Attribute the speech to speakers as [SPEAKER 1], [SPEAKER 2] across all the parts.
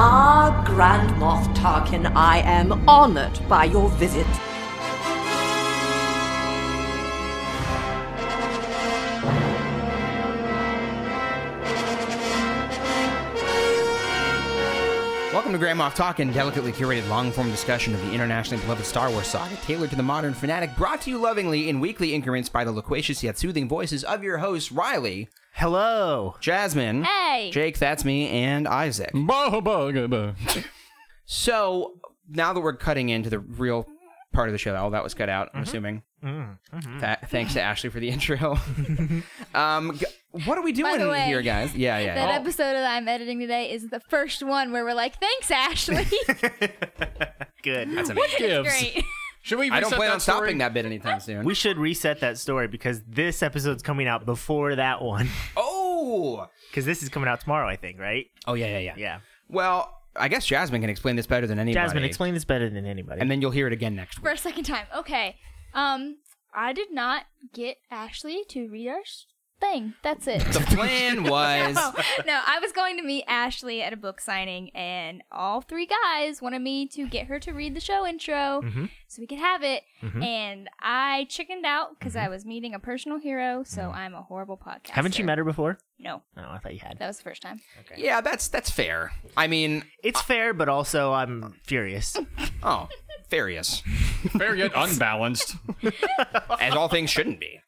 [SPEAKER 1] Ah, Grand Moff Tarkin, I am honored by your visit.
[SPEAKER 2] Welcome to Grand Moff Talkin', delicately curated long-form discussion of the internationally beloved Star Wars saga, tailored to the modern fanatic, brought to you lovingly in weekly increments by the loquacious yet soothing voices of your hosts, Riley,
[SPEAKER 3] Hello.
[SPEAKER 2] Jasmine,
[SPEAKER 4] Hey.
[SPEAKER 2] Jake, that's me, and Isaac. So now that we're cutting into the real part of the show, all that was cut out. I'm assuming. Tha- thanks to Ashley for the intro. um, g- what are we doing
[SPEAKER 4] the way,
[SPEAKER 2] here, guys? Yeah, yeah.
[SPEAKER 4] That
[SPEAKER 2] yeah.
[SPEAKER 4] episode that I'm editing today is the first one where we're like, thanks, Ashley.
[SPEAKER 3] Good.
[SPEAKER 2] That's amazing.
[SPEAKER 5] gives?
[SPEAKER 4] Great.
[SPEAKER 5] Should we?
[SPEAKER 2] I don't
[SPEAKER 5] reset
[SPEAKER 2] plan on
[SPEAKER 5] story?
[SPEAKER 2] stopping that bit anytime soon.
[SPEAKER 3] We should reset that story because this episode's coming out before that one.
[SPEAKER 2] oh.
[SPEAKER 3] Because this is coming out tomorrow, I think, right?
[SPEAKER 2] Oh yeah, yeah, yeah.
[SPEAKER 3] Yeah.
[SPEAKER 2] Well, I guess Jasmine can explain this better than anybody.
[SPEAKER 3] Jasmine, explain this better than anybody.
[SPEAKER 2] And then you'll hear it again next
[SPEAKER 4] For
[SPEAKER 2] week.
[SPEAKER 4] a second time. Okay. Um, I did not get Ashley to read our s- thing. That's it.
[SPEAKER 2] The plan was
[SPEAKER 4] no, no, I was going to meet Ashley at a book signing, and all three guys wanted me to get her to read the show intro
[SPEAKER 2] Mm-hmm.
[SPEAKER 4] so we could have it. And I chickened out because
[SPEAKER 2] Mm-hmm.
[SPEAKER 4] I was meeting a personal hero, so I'm a horrible podcast.
[SPEAKER 3] Haven't you met her before?
[SPEAKER 4] No,
[SPEAKER 3] No, I thought you had.
[SPEAKER 4] that was the first time.
[SPEAKER 2] Yeah, that's that's fair. I mean,
[SPEAKER 3] It's fair, but also I'm furious.
[SPEAKER 2] oh, furious.
[SPEAKER 5] Very yet unbalanced.
[SPEAKER 2] as all things shouldn't be.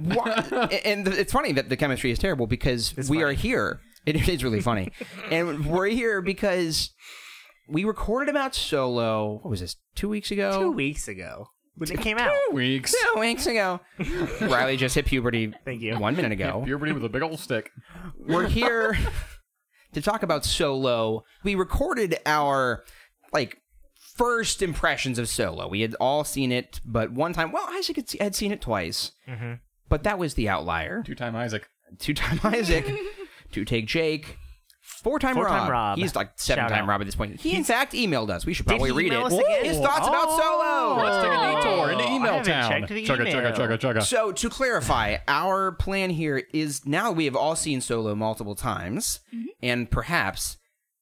[SPEAKER 2] Wha- and it's funny that the chemistry is terrible because we are here. It is really funny, and we're here because we recorded about Solo. What was this? Two weeks ago.
[SPEAKER 3] Two weeks ago when it came out.
[SPEAKER 5] Weeks.
[SPEAKER 2] Two weeks ago. Riley just hit puberty.
[SPEAKER 3] Thank you.
[SPEAKER 2] One minute ago.
[SPEAKER 5] Puberty with a big old stick.
[SPEAKER 2] We're here to talk about Solo. We recorded our like first impressions of Solo. We had all seen it, but one time. Well, Isaac had se- had seen it twice,
[SPEAKER 3] Mm-hmm.
[SPEAKER 2] but that was the outlier.
[SPEAKER 5] Two-time Isaac.
[SPEAKER 2] two time Isaac, two take Jake, four time Rob.
[SPEAKER 3] Four-time Rob.
[SPEAKER 2] He's like seven time
[SPEAKER 3] out.
[SPEAKER 2] Rob at this point. He in fact emailed us. We should
[SPEAKER 3] Did
[SPEAKER 2] probably
[SPEAKER 3] he
[SPEAKER 2] read
[SPEAKER 3] email
[SPEAKER 2] it.
[SPEAKER 3] us again?
[SPEAKER 2] His thoughts about
[SPEAKER 3] Oh.
[SPEAKER 2] Solo.
[SPEAKER 5] Let's take a detour into
[SPEAKER 3] I
[SPEAKER 5] email
[SPEAKER 3] haven't
[SPEAKER 5] town.
[SPEAKER 3] checked the
[SPEAKER 5] chugga,
[SPEAKER 3] email.
[SPEAKER 5] chugga, chugga, chugga.
[SPEAKER 2] So to clarify, our plan here is now we have all seen Solo multiple times, and perhaps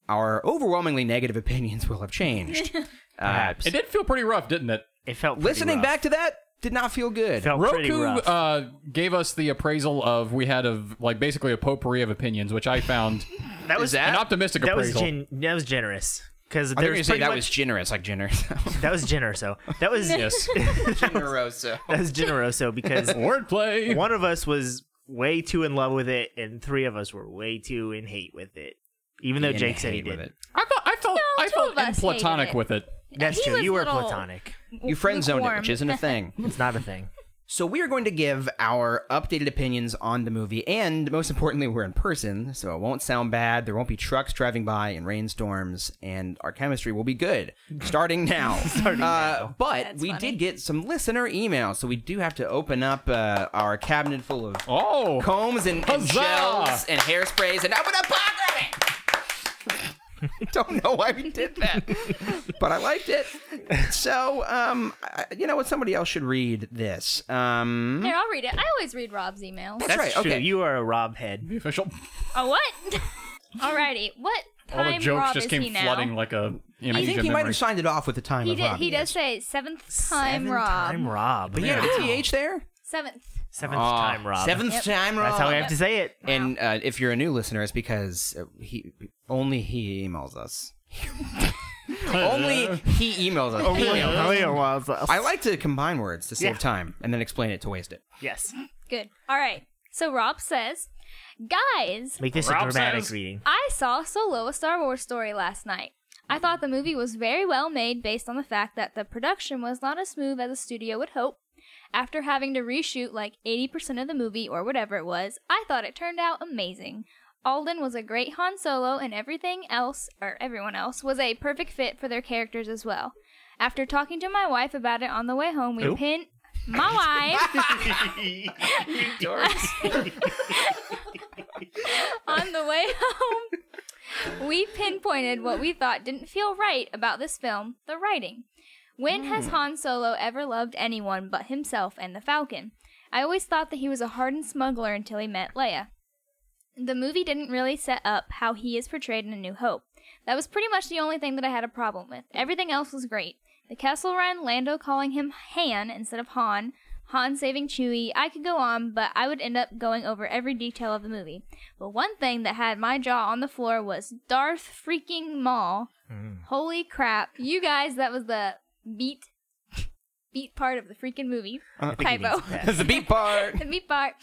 [SPEAKER 2] our overwhelmingly negative opinions will have changed. Uh,
[SPEAKER 3] Perhaps.
[SPEAKER 5] it did feel pretty rough, didn't it?
[SPEAKER 3] It felt pretty
[SPEAKER 2] listening
[SPEAKER 3] rough.
[SPEAKER 2] back to that did not feel good.
[SPEAKER 3] felt pretty
[SPEAKER 5] Roku
[SPEAKER 3] rough.
[SPEAKER 5] uh, gave us the appraisal of we had of like basically a potpourri of opinions, which I found
[SPEAKER 3] that was
[SPEAKER 5] an optimistic
[SPEAKER 3] that was
[SPEAKER 5] appraisal.
[SPEAKER 3] gen- that was generous because
[SPEAKER 2] I
[SPEAKER 3] there
[SPEAKER 2] think you
[SPEAKER 3] was
[SPEAKER 2] say
[SPEAKER 3] pretty
[SPEAKER 2] that
[SPEAKER 3] much-
[SPEAKER 2] was generous, like generous.
[SPEAKER 3] that was generous. So that was
[SPEAKER 5] yes,
[SPEAKER 2] Generoso.
[SPEAKER 3] that was generoso because
[SPEAKER 5] wordplay.
[SPEAKER 3] one of us was way too in love with it, and three of us were way too in hate with it. Even though
[SPEAKER 2] In
[SPEAKER 3] Jake said he
[SPEAKER 2] hate with
[SPEAKER 3] did.
[SPEAKER 5] I felt I felt
[SPEAKER 4] No,
[SPEAKER 5] I
[SPEAKER 4] two
[SPEAKER 5] felt
[SPEAKER 4] of us
[SPEAKER 5] platonic
[SPEAKER 4] hated it.
[SPEAKER 5] with it.
[SPEAKER 3] That's
[SPEAKER 4] He
[SPEAKER 3] true.
[SPEAKER 4] was
[SPEAKER 3] You were
[SPEAKER 4] little
[SPEAKER 3] platonic.
[SPEAKER 4] w-
[SPEAKER 2] You friend zoned it,
[SPEAKER 4] lukewarm.
[SPEAKER 2] which isn't a thing.
[SPEAKER 3] It's not a thing.
[SPEAKER 2] So we are going to give our updated opinions on the movie, and most importantly, we're in person, so it won't sound bad. There won't be trucks driving by and rainstorms, and our chemistry will be good starting now. starting now. But
[SPEAKER 4] That's
[SPEAKER 2] we
[SPEAKER 4] funny.
[SPEAKER 2] did get some listener emails, so we do have to open up uh, our cabinet full of
[SPEAKER 5] Oh,
[SPEAKER 2] combs and, and
[SPEAKER 5] Huzzah!
[SPEAKER 2] gels and hairsprays, and open up programming. Don't know why we did that, but I liked it. So, um, I- you know what? Somebody else should read this. Um,
[SPEAKER 4] Here, I'll read it. I always read Rob's emails.
[SPEAKER 2] That's,
[SPEAKER 3] That's
[SPEAKER 2] right.
[SPEAKER 3] true.
[SPEAKER 2] Okay.
[SPEAKER 3] You are a Rob head.
[SPEAKER 5] the official.
[SPEAKER 4] Oh, what? Alrighty. What
[SPEAKER 5] All
[SPEAKER 4] time
[SPEAKER 5] the jokes
[SPEAKER 4] Rob
[SPEAKER 5] just
[SPEAKER 4] is
[SPEAKER 5] came
[SPEAKER 4] he now?
[SPEAKER 5] flooding like a image
[SPEAKER 2] I think
[SPEAKER 5] of
[SPEAKER 2] he might
[SPEAKER 5] memory.
[SPEAKER 2] have signed it off with the time
[SPEAKER 4] He
[SPEAKER 2] of
[SPEAKER 4] did.
[SPEAKER 2] Rob.
[SPEAKER 4] he does say seventh time
[SPEAKER 3] Seventh
[SPEAKER 4] Rob.
[SPEAKER 3] Time Rob.
[SPEAKER 2] But yeah, the TH there.
[SPEAKER 4] Seventh.
[SPEAKER 3] Seventh time Rob.
[SPEAKER 2] Seventh
[SPEAKER 4] Yep.
[SPEAKER 2] time Rob.
[SPEAKER 3] That's how I have to say it.
[SPEAKER 2] And uh, if you're a new listener, it's because uh, he only he emails us. only he emails us. Emails. I like to combine words to save
[SPEAKER 3] Yeah.
[SPEAKER 2] time and then explain it to waste it.
[SPEAKER 3] Yes.
[SPEAKER 4] Good. All right. So Rob says, guys,
[SPEAKER 3] Make this
[SPEAKER 5] Rob
[SPEAKER 3] a dramatic
[SPEAKER 5] says-
[SPEAKER 3] reading.
[SPEAKER 4] I saw Solo: A Star Wars Story last night. I thought the movie was very well made based on the fact that the production was not as smooth as the studio would hope. After having to reshoot like 80% of the movie or whatever it was, I thought it turned out amazing. Alden was a great Han Solo and everything else or everyone else was a perfect fit for their characters as well. After talking to my wife about it on the way home, we
[SPEAKER 3] Who?
[SPEAKER 4] pin my wife on the way home, we pinpointed what we thought didn't feel right about this film the writing. When has Han Solo ever loved anyone but himself and the Falcon? I always thought that he was a hardened smuggler until he met Leia. The movie didn't really set up how he is portrayed in A New Hope. That was pretty much the only thing that I had a problem with. Everything else was great. The Kessel Run, Lando calling him Han instead of Han, Han saving Chewie. I could go on, but I would end up going over every detail of the movie. But one thing that had my jaw on the floor was Darth freaking Maul. Holy crap. You guys, that was the beat beat part of the freaking movie.
[SPEAKER 3] I think he
[SPEAKER 4] Typo.
[SPEAKER 3] needs that.
[SPEAKER 2] That's the beat part.
[SPEAKER 4] The beat part.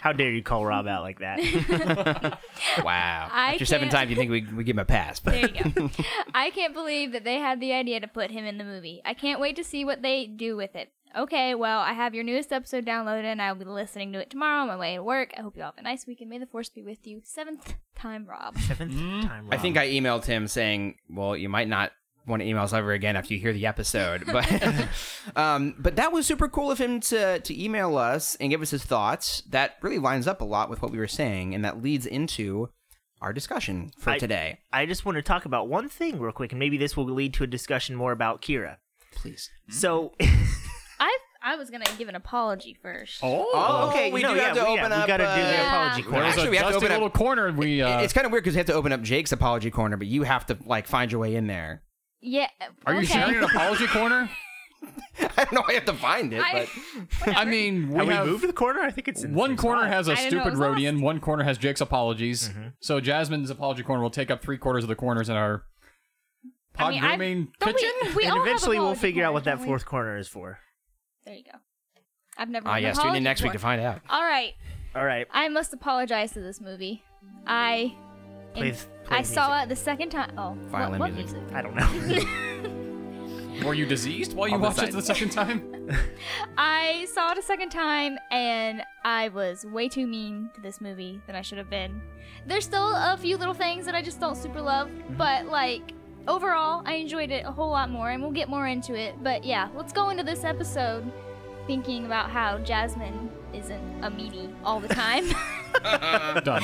[SPEAKER 3] How dare you call Rob out like that?
[SPEAKER 2] Wow.
[SPEAKER 4] I
[SPEAKER 2] After seven
[SPEAKER 4] can't-
[SPEAKER 2] times, you think we, we give him a pass. But
[SPEAKER 4] There you go. I can't believe that they had the idea to put him in the movie. I can't wait to see what they do with it. Okay, well, I have your newest episode downloaded and I'll be listening to it tomorrow on my way to work. I hope you all have a nice week and may the force be with you. Seventh time, Rob.
[SPEAKER 3] Seventh time.
[SPEAKER 2] I think
[SPEAKER 3] Rob.
[SPEAKER 2] I emailed him saying, "Well, you might not want to email us ever again after you hear the episode." But, um, but that was super cool of him to to email us and give us his thoughts. That really lines up a lot with what we were saying, and that leads into our discussion for
[SPEAKER 3] I-
[SPEAKER 2] today.
[SPEAKER 3] I just want to talk about one thing real quick, and maybe this will lead to a discussion more about Kira.
[SPEAKER 2] Please.
[SPEAKER 3] So,
[SPEAKER 4] I I was gonna give an apology first.
[SPEAKER 2] Oh, okay.
[SPEAKER 3] we
[SPEAKER 2] you
[SPEAKER 3] do
[SPEAKER 2] know,
[SPEAKER 3] have
[SPEAKER 2] yeah,
[SPEAKER 3] to
[SPEAKER 2] we- yeah,
[SPEAKER 3] open
[SPEAKER 2] we
[SPEAKER 3] up,
[SPEAKER 2] gotta do
[SPEAKER 3] uh,
[SPEAKER 2] the
[SPEAKER 4] Yeah.
[SPEAKER 2] apology corner.
[SPEAKER 5] There's
[SPEAKER 2] Actually,
[SPEAKER 5] a
[SPEAKER 2] we have to
[SPEAKER 5] dusty
[SPEAKER 2] open up-
[SPEAKER 5] little corner, and we. Uh,
[SPEAKER 2] it's kind of weird because we have to open up Jake's apology corner, but you have to like find your way in there.
[SPEAKER 4] Yeah.
[SPEAKER 5] are you
[SPEAKER 4] okay.
[SPEAKER 5] sharing an apology corner?
[SPEAKER 2] I don't know. I have to find it,
[SPEAKER 4] I-
[SPEAKER 5] I mean, we
[SPEAKER 3] have we
[SPEAKER 5] have
[SPEAKER 3] moved to the corner? I think it's in the
[SPEAKER 5] one
[SPEAKER 3] same
[SPEAKER 5] corner
[SPEAKER 3] spot.
[SPEAKER 5] has a
[SPEAKER 4] I didn't know it
[SPEAKER 5] stupid
[SPEAKER 4] was
[SPEAKER 5] Rodian, one corner has Jake's apologies.
[SPEAKER 3] Mm-hmm.
[SPEAKER 5] So Jasmine's apology corner will take up three quarters of the corners in our pod
[SPEAKER 4] I mean, I-
[SPEAKER 5] grooming
[SPEAKER 4] don't we-
[SPEAKER 5] kitchen.
[SPEAKER 4] we all
[SPEAKER 3] and
[SPEAKER 4] have
[SPEAKER 3] eventually we'll
[SPEAKER 4] apology
[SPEAKER 3] figure out
[SPEAKER 4] corners,
[SPEAKER 3] what that
[SPEAKER 4] don't we?
[SPEAKER 3] fourth corner is for.
[SPEAKER 4] There you go. I've never.
[SPEAKER 2] but ah,
[SPEAKER 4] done
[SPEAKER 2] yes.
[SPEAKER 4] an
[SPEAKER 2] Tune in
[SPEAKER 4] apology
[SPEAKER 2] next week to
[SPEAKER 4] before.
[SPEAKER 2] find out.
[SPEAKER 4] All right,
[SPEAKER 3] All right.
[SPEAKER 4] I must apologize to this movie. I.
[SPEAKER 3] Play
[SPEAKER 4] and
[SPEAKER 3] th- play
[SPEAKER 4] I
[SPEAKER 3] the
[SPEAKER 4] saw it the second time. Oh, what-
[SPEAKER 2] Violin
[SPEAKER 4] what
[SPEAKER 2] music.
[SPEAKER 4] music?
[SPEAKER 3] I don't know.
[SPEAKER 5] Were you diseased while you
[SPEAKER 2] I'll
[SPEAKER 5] watched it
[SPEAKER 2] decide.
[SPEAKER 5] the second time?
[SPEAKER 4] I saw it a second time and I was way too mean to this movie than I should have been. There's still a few little things that I just don't super love,
[SPEAKER 3] Mm-hmm.
[SPEAKER 4] but like overall, I enjoyed it a whole lot more and we'll get more into it. But yeah, let's go into this episode thinking about how Jasmine isn't a meanie all the time.
[SPEAKER 5] Done.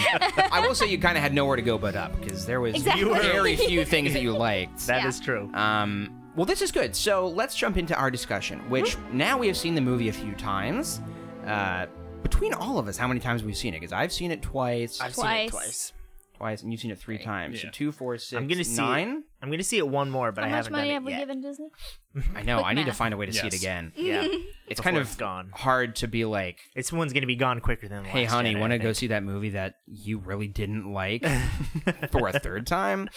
[SPEAKER 2] I will say you kind of had nowhere to go but up because there was
[SPEAKER 4] Exactly.
[SPEAKER 2] very few things that you liked.
[SPEAKER 3] That is
[SPEAKER 4] Yeah.
[SPEAKER 3] true.
[SPEAKER 2] Um, well, this is good. So let's jump into our discussion, which
[SPEAKER 4] Mm-hmm.
[SPEAKER 2] now we have seen the movie a few times. Uh, between all of us, how many times we've seen it? Because I've seen it twice,
[SPEAKER 3] I've seen it
[SPEAKER 4] Twice.
[SPEAKER 3] twice.
[SPEAKER 2] twice, and you've seen it three times. So
[SPEAKER 5] Yeah.
[SPEAKER 2] two, four, six,
[SPEAKER 3] I'm gonna see
[SPEAKER 2] nine.
[SPEAKER 3] It. I'm gonna see it one more, but I
[SPEAKER 4] how much
[SPEAKER 3] haven't
[SPEAKER 4] money
[SPEAKER 3] done
[SPEAKER 4] have
[SPEAKER 3] it
[SPEAKER 4] we
[SPEAKER 3] yet.
[SPEAKER 4] given Disney?
[SPEAKER 2] I know.
[SPEAKER 4] Quick
[SPEAKER 2] I need to
[SPEAKER 4] math.
[SPEAKER 2] find a way to see it
[SPEAKER 5] Yes.
[SPEAKER 2] again.
[SPEAKER 3] Yeah,
[SPEAKER 2] It's
[SPEAKER 3] before
[SPEAKER 2] kind
[SPEAKER 3] it's
[SPEAKER 2] of
[SPEAKER 3] gone.
[SPEAKER 2] hard to be like,
[SPEAKER 3] It's one's gonna be gone quicker than. the
[SPEAKER 2] "Hey,
[SPEAKER 3] last
[SPEAKER 2] honey,
[SPEAKER 3] Jedi,
[SPEAKER 2] want
[SPEAKER 3] I
[SPEAKER 2] to go
[SPEAKER 3] think.
[SPEAKER 2] see that movie that you really didn't like for a third time?"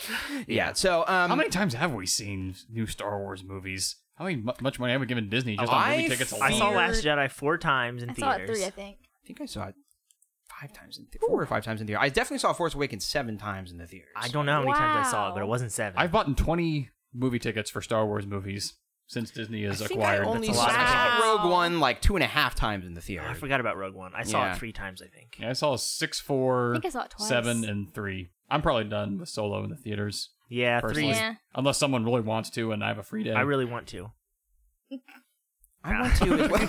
[SPEAKER 2] Yeah. So, um,
[SPEAKER 5] How many times have we seen new Star Wars movies? How many, mu- much money have we given Disney just on
[SPEAKER 2] I
[SPEAKER 5] movie tickets alone?
[SPEAKER 3] I saw
[SPEAKER 2] Weird.
[SPEAKER 3] Last Jedi four times in
[SPEAKER 4] I saw
[SPEAKER 3] theaters.
[SPEAKER 4] it three, I think.
[SPEAKER 2] I think I saw it five times in the- four or five times in the theater. I definitely saw Force Awakens seven times in the theater.
[SPEAKER 3] I don't know how many times I saw it, but it
[SPEAKER 4] Wow.
[SPEAKER 3] wasn't seven.
[SPEAKER 5] I've bought 20 movie tickets for Star Wars movies since Disney has
[SPEAKER 2] I think
[SPEAKER 5] acquired.
[SPEAKER 2] I only
[SPEAKER 3] That's a
[SPEAKER 2] saw
[SPEAKER 3] lot.
[SPEAKER 2] I saw
[SPEAKER 4] Wow.
[SPEAKER 2] Rogue One like two and a half times in the theater.
[SPEAKER 3] Oh, I forgot about Rogue One. I saw
[SPEAKER 2] Yeah.
[SPEAKER 3] it three times, I think.
[SPEAKER 5] Yeah, I saw six, four,
[SPEAKER 4] I think I saw it twice.
[SPEAKER 5] seven, and three. I'm probably done with Solo in the theaters.
[SPEAKER 3] Yeah, three.
[SPEAKER 5] personally.
[SPEAKER 4] Yeah.
[SPEAKER 5] Unless someone really wants to, and I have a free day.
[SPEAKER 3] I really want to.
[SPEAKER 2] I want to. as well.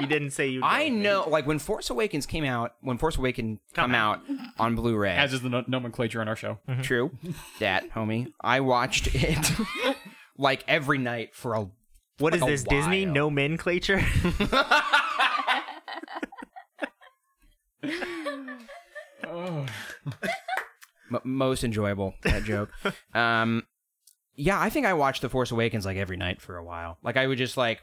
[SPEAKER 3] You didn't say you.
[SPEAKER 2] I know, like when Force Awakens came out, when Force Awakens come,
[SPEAKER 3] Come
[SPEAKER 2] out. on Blu-ray,
[SPEAKER 5] as is the no- nomenclature on our show.
[SPEAKER 2] true, that homie, I watched it like every night for a.
[SPEAKER 3] What is
[SPEAKER 2] like a
[SPEAKER 3] this Disney
[SPEAKER 2] while.
[SPEAKER 3] no nomenclature?
[SPEAKER 2] M- most enjoyable that joke. um, yeah, I think I watched The Force Awakens like every night for a while. Like I would just like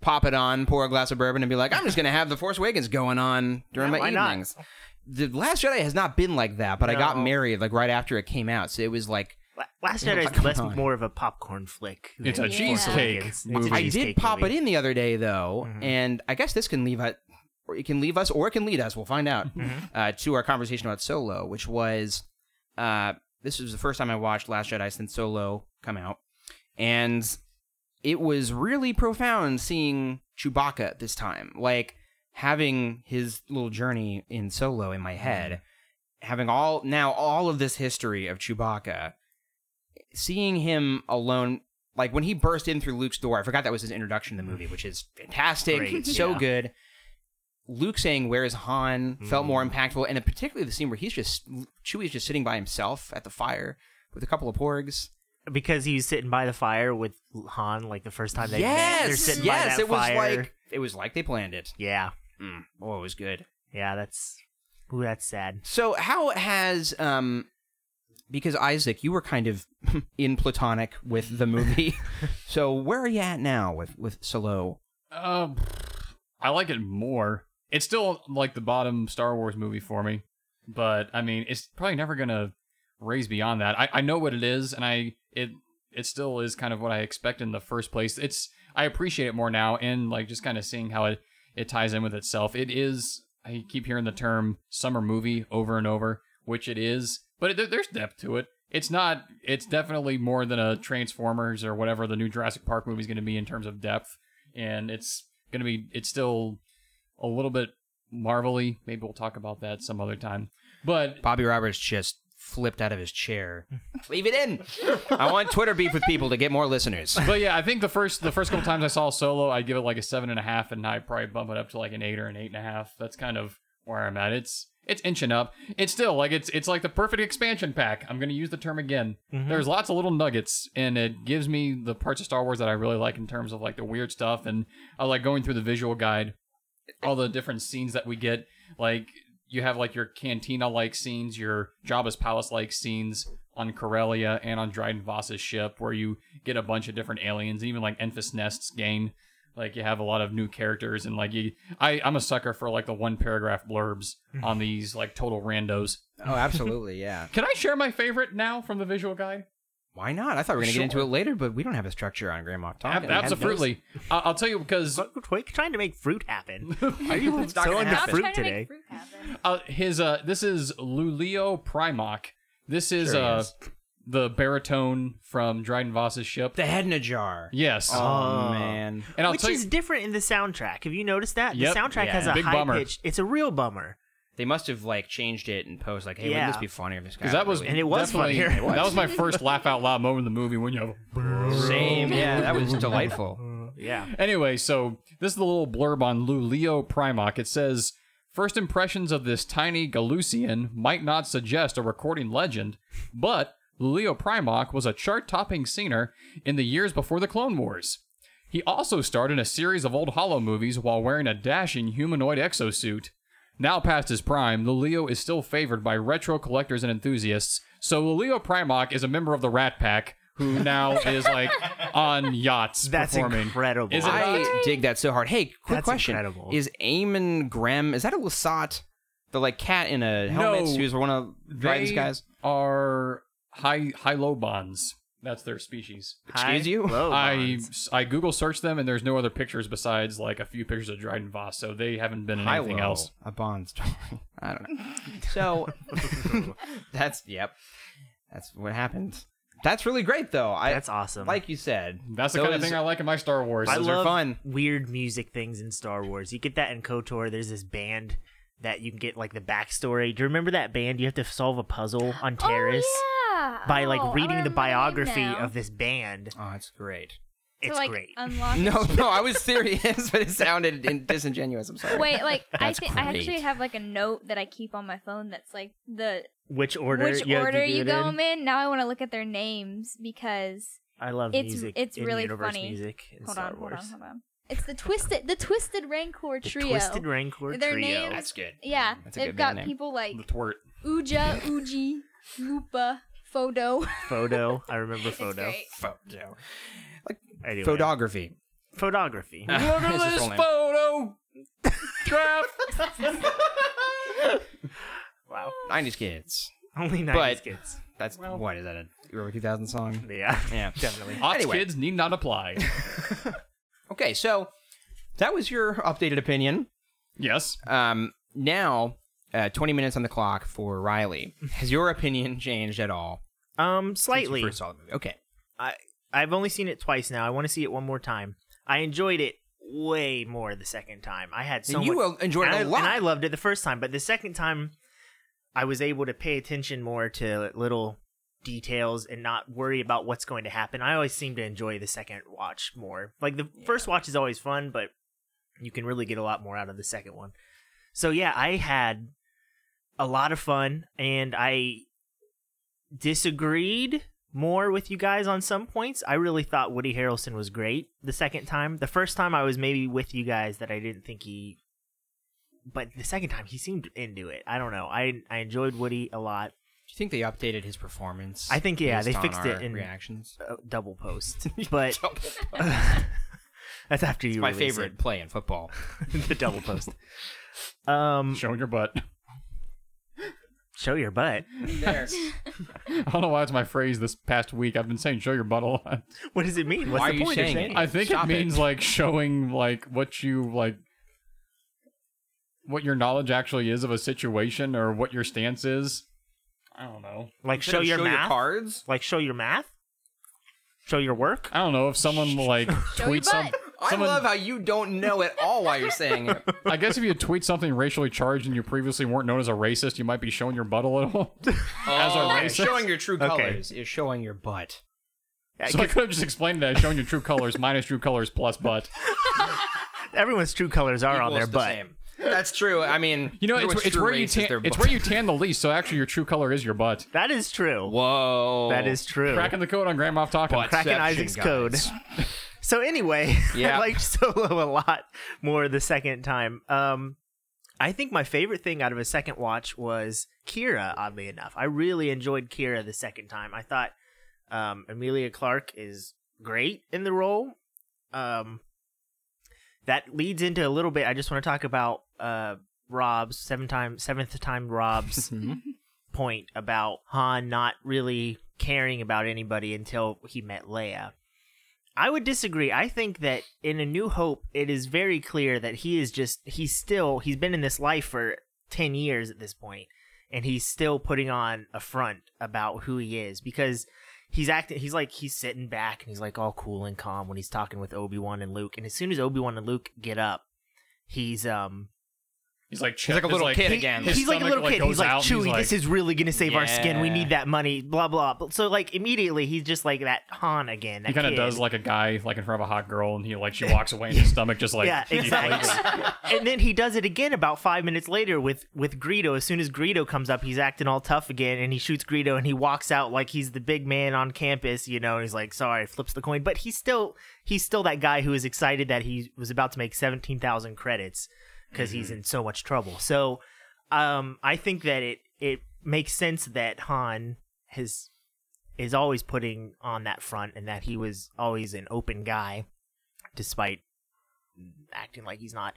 [SPEAKER 2] pop it on, pour a glass of bourbon, and be like, I'm just gonna have The Force Awakens going on during my
[SPEAKER 3] Yeah, why not?
[SPEAKER 2] evenings. The Last Jedi has not been like that, but I got
[SPEAKER 3] No.
[SPEAKER 2] married like right after it came out, so it was like
[SPEAKER 3] La- Last
[SPEAKER 2] Yeah,
[SPEAKER 3] Jedi
[SPEAKER 2] come
[SPEAKER 3] is less
[SPEAKER 2] on.
[SPEAKER 3] more of a popcorn flick.
[SPEAKER 5] It's
[SPEAKER 3] than
[SPEAKER 5] a
[SPEAKER 3] Force
[SPEAKER 5] cheesecake
[SPEAKER 3] Awakens. It's a
[SPEAKER 5] movie.
[SPEAKER 2] I did
[SPEAKER 3] cheesecake
[SPEAKER 2] pop
[SPEAKER 3] movie.
[SPEAKER 2] it in the other day though,
[SPEAKER 3] Mhm.
[SPEAKER 2] and I guess this can leave us, or it can leave us, or it can lead us. We'll find out uh, to our conversation about Solo, which was uh, this was the first time I watched Last Jedi since Solo come out, and it was really profound seeing Chewbacca this time, like having his little journey in Solo in my head,
[SPEAKER 3] Mm-hmm.
[SPEAKER 2] having all now all of this history of Chewbacca, seeing him alone like when he burst in through Luke's door, I forgot that was his introduction to the movie, which is fantastic,
[SPEAKER 3] Great,
[SPEAKER 2] so
[SPEAKER 3] yeah.
[SPEAKER 2] good. Luke saying "Where is Han?" felt more
[SPEAKER 3] Mm-hmm.
[SPEAKER 2] impactful, and particularly the scene where he's just Chewie's just sitting by himself at the fire with a couple of porgs.
[SPEAKER 3] because he was sitting by the fire with Han like the first time they met. They're
[SPEAKER 2] yes,
[SPEAKER 3] sitting by
[SPEAKER 2] yes,
[SPEAKER 3] that
[SPEAKER 2] it was
[SPEAKER 3] fire. Hmm.
[SPEAKER 2] like it was like they planned it.
[SPEAKER 3] yeah,
[SPEAKER 2] Mm. Oh, it was good.
[SPEAKER 3] yeah. That's ooh, that's sad.
[SPEAKER 2] So, how has um, because Isaac, you were kind of in platonic with the movie. so where are you at now with with Solo?
[SPEAKER 5] Um, I like it more. It's still like the bottom Star Wars movie for me, but I mean, it's probably never gonna raise beyond that. I, I know what it is, and I it it still is kind of what I expect in the first place. It's I appreciate it more now, and like just kind of seeing how it it ties in with itself. It is. I keep hearing the term summer movie over and over, which it is, but it, there- there's depth to it. It's not. It's definitely more than a Transformers or whatever the new Jurassic Park movie is going to be in terms of depth and it's gonna be it's still a little bit marvelly maybe we'll talk about that some other time but
[SPEAKER 2] Bobby Roberts just flipped out of his chair. Leave it in. I want Twitter beef with people to get more listeners.
[SPEAKER 5] but yeah i think the first the first couple times i saw solo i'd give it like a seven and a half and i'd probably bump it up to like an eight or an eight and a half that's kind of where i'm at it's it's inching up it's still like it's it's like the perfect expansion pack i'm gonna use the term again
[SPEAKER 3] Mm-hmm.
[SPEAKER 5] there's lots of little nuggets and it gives me the parts of star wars that i really like in terms of like the weird stuff and i like going through the visual guide all the different scenes that we get. Like you have like your cantina like scenes, your Jabba's palace like scenes on Corellia and on Dryden Voss's ship, where you get a bunch of different aliens, even like Enfys Nest's game. Like you have a lot of new characters and like you, I I'm a sucker for like the one paragraph blurbs on these like total randos.
[SPEAKER 2] Oh, absolutely, yeah.
[SPEAKER 5] Can I share my favorite now from the visual guide?
[SPEAKER 2] Why not? I thought we were going to get into it later, but we don't have a structure on Grand Moff
[SPEAKER 5] Ab-
[SPEAKER 2] Tarkin.
[SPEAKER 5] absolutely. I- I'll tell you because
[SPEAKER 3] But Quit trying to make fruit happen.
[SPEAKER 2] Are you
[SPEAKER 3] not gonna
[SPEAKER 4] Stop
[SPEAKER 3] fruit
[SPEAKER 4] trying to
[SPEAKER 3] today.
[SPEAKER 4] make fruit happen.
[SPEAKER 5] uh, his uh this is Lulio Primock. This is
[SPEAKER 2] Sure he
[SPEAKER 5] uh
[SPEAKER 2] is.
[SPEAKER 5] the baritone from Dryden Voss's ship.
[SPEAKER 2] The head in a jar.
[SPEAKER 5] yes.
[SPEAKER 2] Oh,
[SPEAKER 3] Oh.
[SPEAKER 2] man.
[SPEAKER 5] and I'll
[SPEAKER 3] Which
[SPEAKER 5] tell you,
[SPEAKER 3] is different in the soundtrack. Have you noticed that?
[SPEAKER 5] Yep.
[SPEAKER 3] The soundtrack
[SPEAKER 2] Yeah.
[SPEAKER 3] has a
[SPEAKER 5] Big
[SPEAKER 3] high
[SPEAKER 5] bummer.
[SPEAKER 3] pitch. It's a real bummer.
[SPEAKER 2] They must have like changed it and posed like, hey,
[SPEAKER 3] Yeah.
[SPEAKER 2] wouldn't this be funnier if this guy
[SPEAKER 5] because that was
[SPEAKER 2] really-
[SPEAKER 3] And it was
[SPEAKER 5] definitely-
[SPEAKER 3] funnier. It was.
[SPEAKER 5] That was my first laugh out loud moment in the movie when you have.
[SPEAKER 2] same? Yeah, that was delightful.
[SPEAKER 3] Yeah.
[SPEAKER 5] Anyway, so this is the little blurb on Lulio Primock. It says, First impressions of this tiny Galusian might not suggest a recording legend, but Lulio Primock was a chart topping singer in the years before the Clone Wars. He also starred in a series of old Hollow movies while wearing a dashing humanoid exosuit. Now past his prime, Lulio is still favored by retro collectors and enthusiasts, so Lulio Primock is a member of the Rat Pack. Who now is like on yachts
[SPEAKER 3] That's
[SPEAKER 5] performing.
[SPEAKER 3] incredible.
[SPEAKER 5] Is it not?
[SPEAKER 2] I dig that so hard. Hey, quick
[SPEAKER 3] That's
[SPEAKER 2] question.
[SPEAKER 3] incredible.
[SPEAKER 2] Is Eamon Graham, is that a Lasat? The like cat in a helmet
[SPEAKER 5] No.
[SPEAKER 2] who's one of Dryden's
[SPEAKER 5] They
[SPEAKER 2] guys?
[SPEAKER 5] are high high low bonds. That's their species.
[SPEAKER 2] Excuse you?
[SPEAKER 3] low
[SPEAKER 5] I
[SPEAKER 3] bonds.
[SPEAKER 5] I Google searched them and there's no other pictures besides like a few pictures of Dryden Voss, so they haven't been in anything
[SPEAKER 2] Hilo,
[SPEAKER 5] else.
[SPEAKER 2] A Bond story. I don't know. So that's yep. That's what happened. That's really great though. I
[SPEAKER 3] That's awesome.
[SPEAKER 2] like you said.
[SPEAKER 5] That's the kind of
[SPEAKER 2] those-
[SPEAKER 5] thing I like in my Star Wars.
[SPEAKER 3] I
[SPEAKER 2] Those are
[SPEAKER 3] love
[SPEAKER 2] fun.
[SPEAKER 3] weird music things in Star Wars. You get that in KOTOR. There's this band that you can get like the backstory. Do you remember that band? You have to solve a puzzle on Terrace
[SPEAKER 4] Oh, yeah.
[SPEAKER 3] by like
[SPEAKER 4] Oh, I
[SPEAKER 3] reading the
[SPEAKER 4] remember
[SPEAKER 3] biography
[SPEAKER 4] now.
[SPEAKER 3] of this band.
[SPEAKER 2] Oh, it's great.
[SPEAKER 4] to,
[SPEAKER 3] It's
[SPEAKER 4] like,
[SPEAKER 3] great.
[SPEAKER 4] Unlock
[SPEAKER 2] No, no, I was serious, but it sounded in- disingenuous. I'm sorry.
[SPEAKER 4] Wait, like I
[SPEAKER 2] That's
[SPEAKER 4] think I actually
[SPEAKER 2] great.
[SPEAKER 4] have like a note that I keep on my phone that's like the
[SPEAKER 3] Which order?
[SPEAKER 4] which
[SPEAKER 3] you have to
[SPEAKER 4] order
[SPEAKER 3] do
[SPEAKER 4] you
[SPEAKER 3] it
[SPEAKER 4] go
[SPEAKER 3] in?
[SPEAKER 4] in. Now I want to look at their names because
[SPEAKER 3] I love
[SPEAKER 4] It's-
[SPEAKER 3] music.
[SPEAKER 4] it's
[SPEAKER 3] in
[SPEAKER 4] really
[SPEAKER 3] universe
[SPEAKER 4] funny.
[SPEAKER 3] music in
[SPEAKER 4] hold
[SPEAKER 3] Star
[SPEAKER 4] on, hold
[SPEAKER 3] Wars.
[SPEAKER 4] on, hold on. It's the twisted the twisted Rancor
[SPEAKER 3] The
[SPEAKER 4] trio.
[SPEAKER 3] Twisted Rancor
[SPEAKER 4] Their
[SPEAKER 3] trio.
[SPEAKER 4] names-
[SPEAKER 2] that's good.
[SPEAKER 4] yeah,
[SPEAKER 2] That's a
[SPEAKER 4] they've
[SPEAKER 2] good
[SPEAKER 4] got
[SPEAKER 2] band name.
[SPEAKER 4] people like
[SPEAKER 5] the twart.
[SPEAKER 4] Uja, Uji, Lupa, Fodo.
[SPEAKER 3] Photo. I remember
[SPEAKER 4] It's
[SPEAKER 3] photo.
[SPEAKER 4] great.
[SPEAKER 2] Photo.
[SPEAKER 3] Anyway.
[SPEAKER 2] Photography.
[SPEAKER 3] Photography.
[SPEAKER 5] Look at
[SPEAKER 2] It's his
[SPEAKER 5] this
[SPEAKER 2] full name.
[SPEAKER 5] photo. Graph.
[SPEAKER 2] 90s kids.
[SPEAKER 3] Only 90s
[SPEAKER 2] But-
[SPEAKER 3] kids.
[SPEAKER 2] That's what is that a early 2000 song?
[SPEAKER 3] Yeah.
[SPEAKER 2] Yeah.
[SPEAKER 3] Definitely.
[SPEAKER 5] Ox
[SPEAKER 2] Anyway.
[SPEAKER 5] kids need not apply.
[SPEAKER 2] Okay, so that was your updated opinion.
[SPEAKER 5] yes.
[SPEAKER 2] Um, now, uh, 20 minutes on the clock for Riley. Has your opinion changed at all?
[SPEAKER 3] Um,
[SPEAKER 2] since you
[SPEAKER 3] slightly.
[SPEAKER 2] first saw the movie? Okay.
[SPEAKER 3] I I've only seen it twice now. I want to see it one more time. I enjoyed it way more the second time. I had so
[SPEAKER 2] And you uh,
[SPEAKER 3] much,
[SPEAKER 2] enjoyed it
[SPEAKER 3] and
[SPEAKER 2] a
[SPEAKER 3] I,
[SPEAKER 2] lot.
[SPEAKER 3] and I loved it the first time, but the second time, I was able to pay attention more to little details and not worry about what's going to happen. I always seem to enjoy the second watch more. Like the first watch is always fun, but you can really get a lot more out of the second one. So yeah, I had a lot of fun and I disagreed more with you guys on some points. I really thought Woody Harrelson was great the second time. The first time I was maybe with you guys that I didn't think he but the second time he seemed into it. I don't know. I I enjoyed Woody a lot.
[SPEAKER 2] you think they updated his performance?
[SPEAKER 3] I think, yeah, they
[SPEAKER 2] based on
[SPEAKER 3] fixed it
[SPEAKER 2] our
[SPEAKER 3] in-
[SPEAKER 2] reactions.
[SPEAKER 3] uh, double post, but that's after you.
[SPEAKER 2] My
[SPEAKER 3] release
[SPEAKER 2] favorite play in football.
[SPEAKER 3] it. the double post. Um,
[SPEAKER 5] Showing your butt.
[SPEAKER 3] show your butt.
[SPEAKER 2] There.
[SPEAKER 5] I don't know why it's my phrase this past week. I've been saying show your butt a lot.
[SPEAKER 3] What does it mean? What's
[SPEAKER 2] Why
[SPEAKER 3] the
[SPEAKER 2] are you
[SPEAKER 3] point of
[SPEAKER 2] saying it?
[SPEAKER 5] I think
[SPEAKER 2] Stop
[SPEAKER 5] it means like showing like what you like what your knowledge actually is of a situation or what your stance is. I don't know.
[SPEAKER 3] Like
[SPEAKER 2] Instead
[SPEAKER 3] show
[SPEAKER 2] of
[SPEAKER 3] your
[SPEAKER 2] show
[SPEAKER 3] math.
[SPEAKER 2] your cards.
[SPEAKER 3] Like show your math. Show your work.
[SPEAKER 5] I don't know if someone like
[SPEAKER 4] your
[SPEAKER 5] tweets something. Someone,
[SPEAKER 2] I love how you don't know at all why you're saying it.
[SPEAKER 5] I guess if you tweet something racially charged and you previously weren't known as a racist, you might be showing your butt a little.
[SPEAKER 2] As
[SPEAKER 5] a racist.
[SPEAKER 2] Oh, showing your true
[SPEAKER 3] Okay.
[SPEAKER 2] colors is showing your butt.
[SPEAKER 5] so I could have just explained that showing your true colors minus true colors plus butt.
[SPEAKER 3] Everyone's true colors are on
[SPEAKER 2] Equals
[SPEAKER 3] their
[SPEAKER 2] the
[SPEAKER 3] butt.
[SPEAKER 2] same. That's true. I mean,
[SPEAKER 5] You know, it's,
[SPEAKER 2] everyone's
[SPEAKER 5] it's
[SPEAKER 2] true
[SPEAKER 5] where you
[SPEAKER 2] race is
[SPEAKER 5] tan,
[SPEAKER 2] their
[SPEAKER 5] it's
[SPEAKER 2] butt.
[SPEAKER 5] where you tan the least. So actually, your true color is your butt.
[SPEAKER 3] That is true.
[SPEAKER 2] Whoa.
[SPEAKER 3] That is true.
[SPEAKER 5] Cracking the code on Grand Moff Talking.
[SPEAKER 2] Butt.
[SPEAKER 3] Cracking
[SPEAKER 2] Inception,
[SPEAKER 3] Isaac's
[SPEAKER 2] guys.
[SPEAKER 3] code. So anyway,
[SPEAKER 2] Yeah.
[SPEAKER 3] I liked Solo a lot more the second time. Um, I think my favorite thing out of a second watch was Kira. Oddly enough, I really enjoyed Kira the second time. I thought um, Amelia Clark is great in the role. Um, that leads into a little bit. I just want to talk about uh, Rob's seven time seventh time Rob's point about Han not really caring about anybody until he met Leia. I would disagree. I think that in A New Hope, it is very clear that he is just, he's still, he's been in this life for 10 years at this point, and he's still putting on a front about who he is because he's acting, he's like, he's sitting back and he's like all cool and calm when he's talking with Obi Wan and Luke. And as soon as Obi Wan and Luke get up, he's, um,
[SPEAKER 5] He's like,
[SPEAKER 2] He's like a little kid again.
[SPEAKER 5] his
[SPEAKER 3] he's like a
[SPEAKER 5] stomach,
[SPEAKER 3] little kid.
[SPEAKER 5] goes
[SPEAKER 3] he's like,
[SPEAKER 5] out and
[SPEAKER 3] Chewy,
[SPEAKER 5] like-
[SPEAKER 3] this is really gonna save our skin. We
[SPEAKER 2] Yeah.
[SPEAKER 3] need that money. Blah blah. But- So like immediately, he's just like that Han again.
[SPEAKER 5] He
[SPEAKER 3] that
[SPEAKER 5] kind of
[SPEAKER 3] kid.
[SPEAKER 5] does like a guy like in front of a hot girl, and he like she walks away, and his stomach just like
[SPEAKER 3] yeah, exactly. and then he does it again about five minutes later with with Greedo. As soon as Greedo comes up, he's acting all tough again, and he shoots Greedo, and he walks out like he's the big man on campus. You know, and he's like, sorry, flips the coin, but he's still he's still that guy who is excited that he was about to make seventeen thousand credits because
[SPEAKER 5] Mm-hmm.
[SPEAKER 3] he's in so much trouble. So, um, I think that it it makes sense that Han has is always putting on that front and that he was always an open guy despite acting like he's not.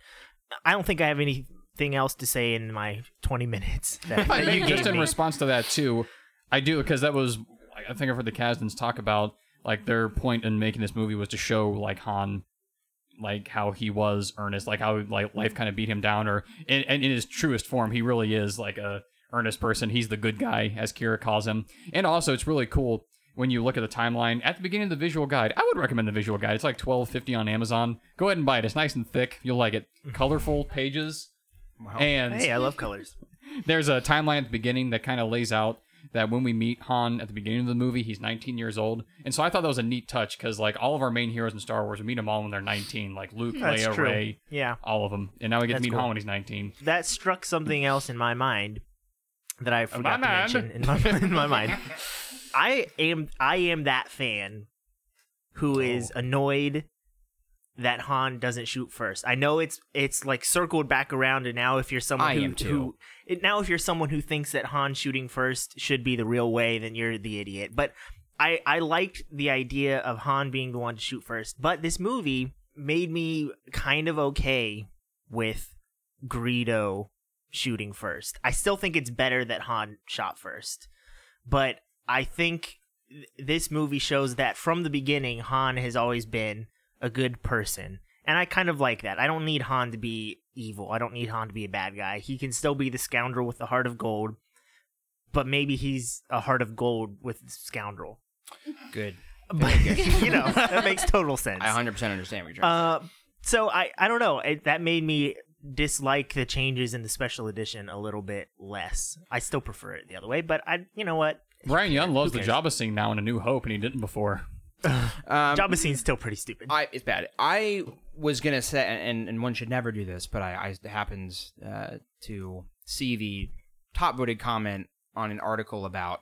[SPEAKER 3] I don't think I have anything else to say in my 20 minutes. That
[SPEAKER 5] I
[SPEAKER 3] you
[SPEAKER 5] think
[SPEAKER 3] gave
[SPEAKER 5] just in
[SPEAKER 3] me.
[SPEAKER 5] response to that too, I do because that was I think I've heard the Kasdans talk about like their point in making this movie was to show like Han, like how he was earnest, like how like life kind of beat him down, or and in, in his truest form, he really is like a earnest person. He's the good guy, as Kira calls him, and also it's really cool. When you look at the timeline at the beginning of the visual guide, I would recommend the visual guide. It's like twelve fifty on Amazon. Go ahead and buy it. It's nice and thick. You'll like it. Colorful pages, and
[SPEAKER 3] Hey, I love colors.
[SPEAKER 5] there's a timeline at the beginning that kind of lays out that when we meet Han at the beginning of the movie, he's 19 years old. And so I thought that was a neat touch because, like, all of our main heroes in Star Wars, we meet them all when they're 19, like Luke,
[SPEAKER 3] That's
[SPEAKER 5] Leia,
[SPEAKER 3] true.
[SPEAKER 5] Ray,
[SPEAKER 3] Yeah.
[SPEAKER 5] all of them. And now we get
[SPEAKER 3] That's
[SPEAKER 5] to meet
[SPEAKER 3] cool.
[SPEAKER 5] Han when he's 19.
[SPEAKER 3] That struck something else in my mind that I forgot
[SPEAKER 5] my
[SPEAKER 3] to
[SPEAKER 5] mind.
[SPEAKER 3] mention in my, in my mind. I am I am that fan
[SPEAKER 2] Oh.
[SPEAKER 3] who is annoyed that Han doesn't shoot first. I know it's it's like circled back around, and now if you're someone
[SPEAKER 2] I
[SPEAKER 3] who,
[SPEAKER 2] am too.
[SPEAKER 3] who it, now if you're someone who thinks that Han shooting first should be the real way, then you're the idiot. But I I liked the idea of Han being the one to shoot first, but this movie made me kind of okay with Greedo shooting first. I still think it's better that Han shot first, but I think th- this movie shows that from the beginning, Han has always been a good person. And I kind of like that. I don't need Han to be evil. I don't need Han to be a bad guy. He can still be the scoundrel with the heart of gold, but maybe he's a heart of gold with scoundrel.
[SPEAKER 2] Good.
[SPEAKER 3] But, you know, that makes total sense.
[SPEAKER 2] I 100% understand what you're trying
[SPEAKER 3] Uh, so I, I don't know. It, that made me dislike the changes in the special edition a little bit less. I still prefer it the other way, but I, you know what?
[SPEAKER 5] Brian Young loves
[SPEAKER 3] Who
[SPEAKER 5] the Jabba scene now in A New Hope, and he didn't before.
[SPEAKER 2] Um,
[SPEAKER 3] Jabba scene's still pretty stupid.
[SPEAKER 2] I it's bad. I was gonna say, and and one should never do this, but I, I happened uh, to see the top voted comment on an article about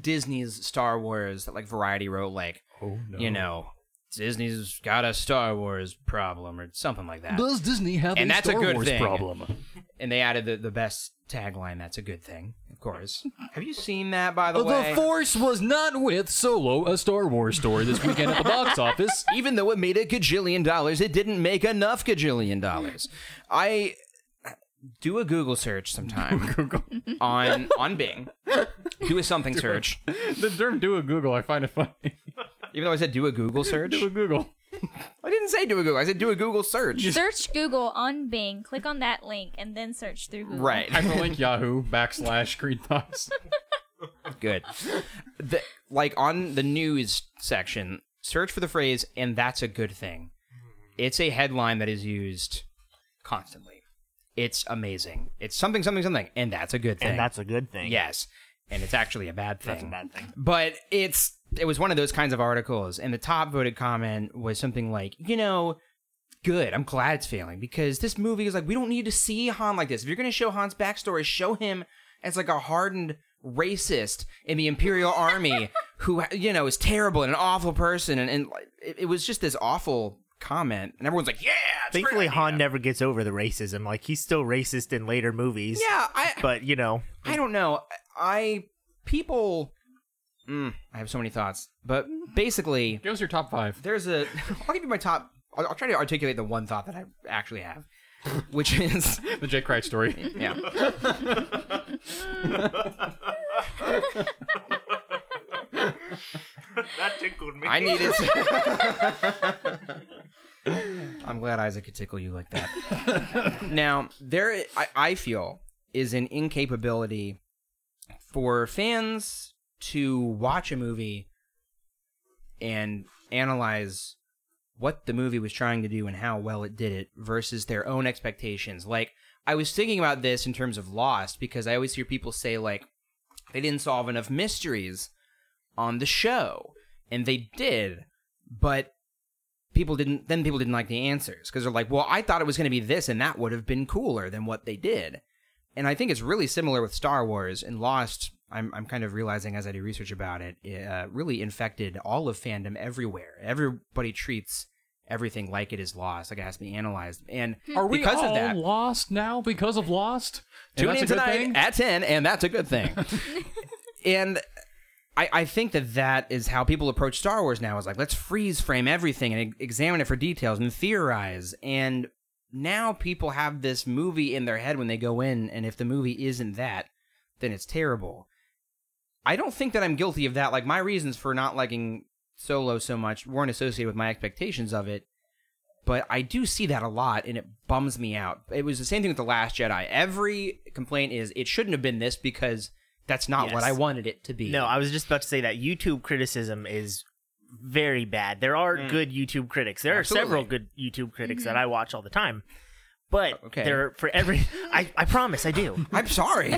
[SPEAKER 2] Disney's Star Wars that like Variety wrote, like
[SPEAKER 5] Oh, no.
[SPEAKER 2] you know Disney's got a Star Wars problem or something like that.
[SPEAKER 6] Does Disney have
[SPEAKER 2] And
[SPEAKER 6] a
[SPEAKER 2] that's a
[SPEAKER 6] Star
[SPEAKER 2] good
[SPEAKER 6] Wars
[SPEAKER 2] thing.
[SPEAKER 6] problem?
[SPEAKER 2] And they added the, the best tagline. That's a good thing, of course. Have you seen that, by the
[SPEAKER 6] Uh, The,
[SPEAKER 2] way?
[SPEAKER 6] Force was not with Solo, a Star Wars story this weekend at the box office.
[SPEAKER 2] Even though it made a gajillion dollars, it didn't make enough gajillion dollars. I do a Google search sometime
[SPEAKER 5] Google.
[SPEAKER 2] on on Bing. Do a something search.
[SPEAKER 5] the term do a Google, I find it funny.
[SPEAKER 2] Even though I said do a Google search,
[SPEAKER 5] Do a Google.
[SPEAKER 2] I didn't say do a Google. I said do a Google search.
[SPEAKER 4] Search Google on Bing. Click on that link and then search through Google.
[SPEAKER 2] Right.
[SPEAKER 5] Hyperlink Yahoo backslash Creed Thoughts.
[SPEAKER 2] good. The, like on the news section, search for the phrase "and that's a good thing." It's a headline that is used constantly. It's amazing. It's something, something, something, and that's a good thing.
[SPEAKER 3] And that's a good thing.
[SPEAKER 2] yes, and it's actually a bad thing.
[SPEAKER 3] That's a bad thing.
[SPEAKER 2] But it's it was one of those kinds of articles, and the top voted comment was something like, you know. Good. I'm glad it's failing because this movie is like we don't need to see Han like this. If you're going to show Han's backstory, show him as like a hardened racist in the Imperial Army who you know is terrible and an awful person, and, and like, it, it was just this awful comment, and everyone's like, "Yeah." it's a great
[SPEAKER 3] Thankfully,
[SPEAKER 2] idea."
[SPEAKER 3] Han never gets over the racism. Like he's still racist in later movies.
[SPEAKER 2] Yeah, I
[SPEAKER 3] But you know,
[SPEAKER 2] I don't know. I people. Mm, I have so many thoughts, but basically,
[SPEAKER 5] Give us your top five.
[SPEAKER 2] there's a i'll give you my top I'll, I'll try to articulate the one thought that i actually have which is
[SPEAKER 5] The Jake Wright story.
[SPEAKER 2] yeah
[SPEAKER 3] that tickled me.
[SPEAKER 2] i needed to- i'm glad isaac could tickle you like that now there I, I feel is an incapability for fans to watch a movie and analyze what the movie was trying to do and how well it did it versus their own expectations. Like, I was thinking about this in terms of Lost because I always hear people say, like, they didn't solve enough mysteries on the show. And they did, but people didn't, then people didn't like the answers because they're like, well, I thought it was going to be this and that would have been cooler than what they did. And I think it's really similar with Star Wars and Lost. I'm, I'm kind of realizing as I do research about it, it uh, really infected all of fandom everywhere. Everybody treats everything like it is lost, like it has to be analyzed. And
[SPEAKER 5] Hmm. Are we
[SPEAKER 2] because
[SPEAKER 5] all
[SPEAKER 2] of that,
[SPEAKER 5] lost now because of Lost? And
[SPEAKER 2] tune
[SPEAKER 5] that's
[SPEAKER 2] in
[SPEAKER 5] a good
[SPEAKER 2] tonight
[SPEAKER 5] thing?
[SPEAKER 2] at 10, and that's a good thing. and I, I think that that is how people approach Star Wars now is like, let's freeze frame everything and e- examine it for details and theorize. And now people have this movie in their head when they go in, and if the movie isn't that, then it's terrible. I don't think that I'm guilty of that. Like, my reasons for not liking Solo so much weren't associated with my expectations of it but I do see that a lot, and it bums me out. It was the same thing with the Last Jedi. Every complaint is it shouldn't have been this because that's not what
[SPEAKER 3] Yes.
[SPEAKER 2] I wanted it to be.
[SPEAKER 3] No, I was just about to say that YouTube criticism is very bad. There are good YouTube critics. There
[SPEAKER 2] Hmm. Absolutely.
[SPEAKER 3] are several good YouTube critics
[SPEAKER 2] Mm-hmm.
[SPEAKER 3] that I watch all the time. But
[SPEAKER 2] Okay.
[SPEAKER 3] there for every I, I promise I do.
[SPEAKER 2] I'm sorry.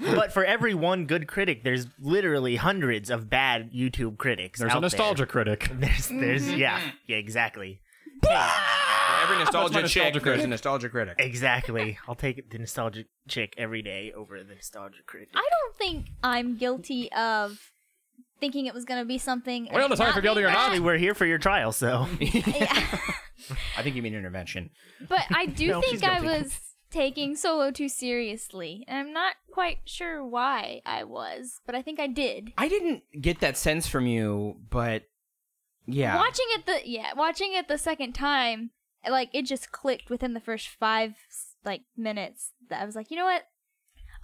[SPEAKER 3] but for every one good critic, there's literally hundreds of bad YouTube critics.
[SPEAKER 5] There's
[SPEAKER 3] out
[SPEAKER 5] a
[SPEAKER 3] There.
[SPEAKER 5] nostalgia critic.
[SPEAKER 3] There's there's
[SPEAKER 2] Mm-hmm.
[SPEAKER 3] yeah, yeah, exactly.
[SPEAKER 2] Every nostalgia
[SPEAKER 5] That's my nostalgia
[SPEAKER 2] chick, there's a
[SPEAKER 5] critic.
[SPEAKER 2] nostalgia critic.
[SPEAKER 3] Exactly. I'll take the nostalgia chick every day over the nostalgia critic.
[SPEAKER 4] I don't think I'm guilty of thinking it was going to be something. and
[SPEAKER 5] We don't
[SPEAKER 4] it
[SPEAKER 5] decide
[SPEAKER 4] not
[SPEAKER 5] for guilty
[SPEAKER 4] being
[SPEAKER 5] or
[SPEAKER 4] that.
[SPEAKER 5] not.
[SPEAKER 3] Actually, we're here for your trial, so
[SPEAKER 2] I think you mean intervention.
[SPEAKER 4] But I do
[SPEAKER 3] No, she's
[SPEAKER 4] think I
[SPEAKER 3] guilty.
[SPEAKER 4] was taking Solo too seriously. And I'm not quite sure why I was, but I think I did.
[SPEAKER 2] I didn't get that sense from you, but yeah.
[SPEAKER 4] Watching it the yeah, watching it the second time, like it just clicked within the first 5 like minutes that I was like, "You know what?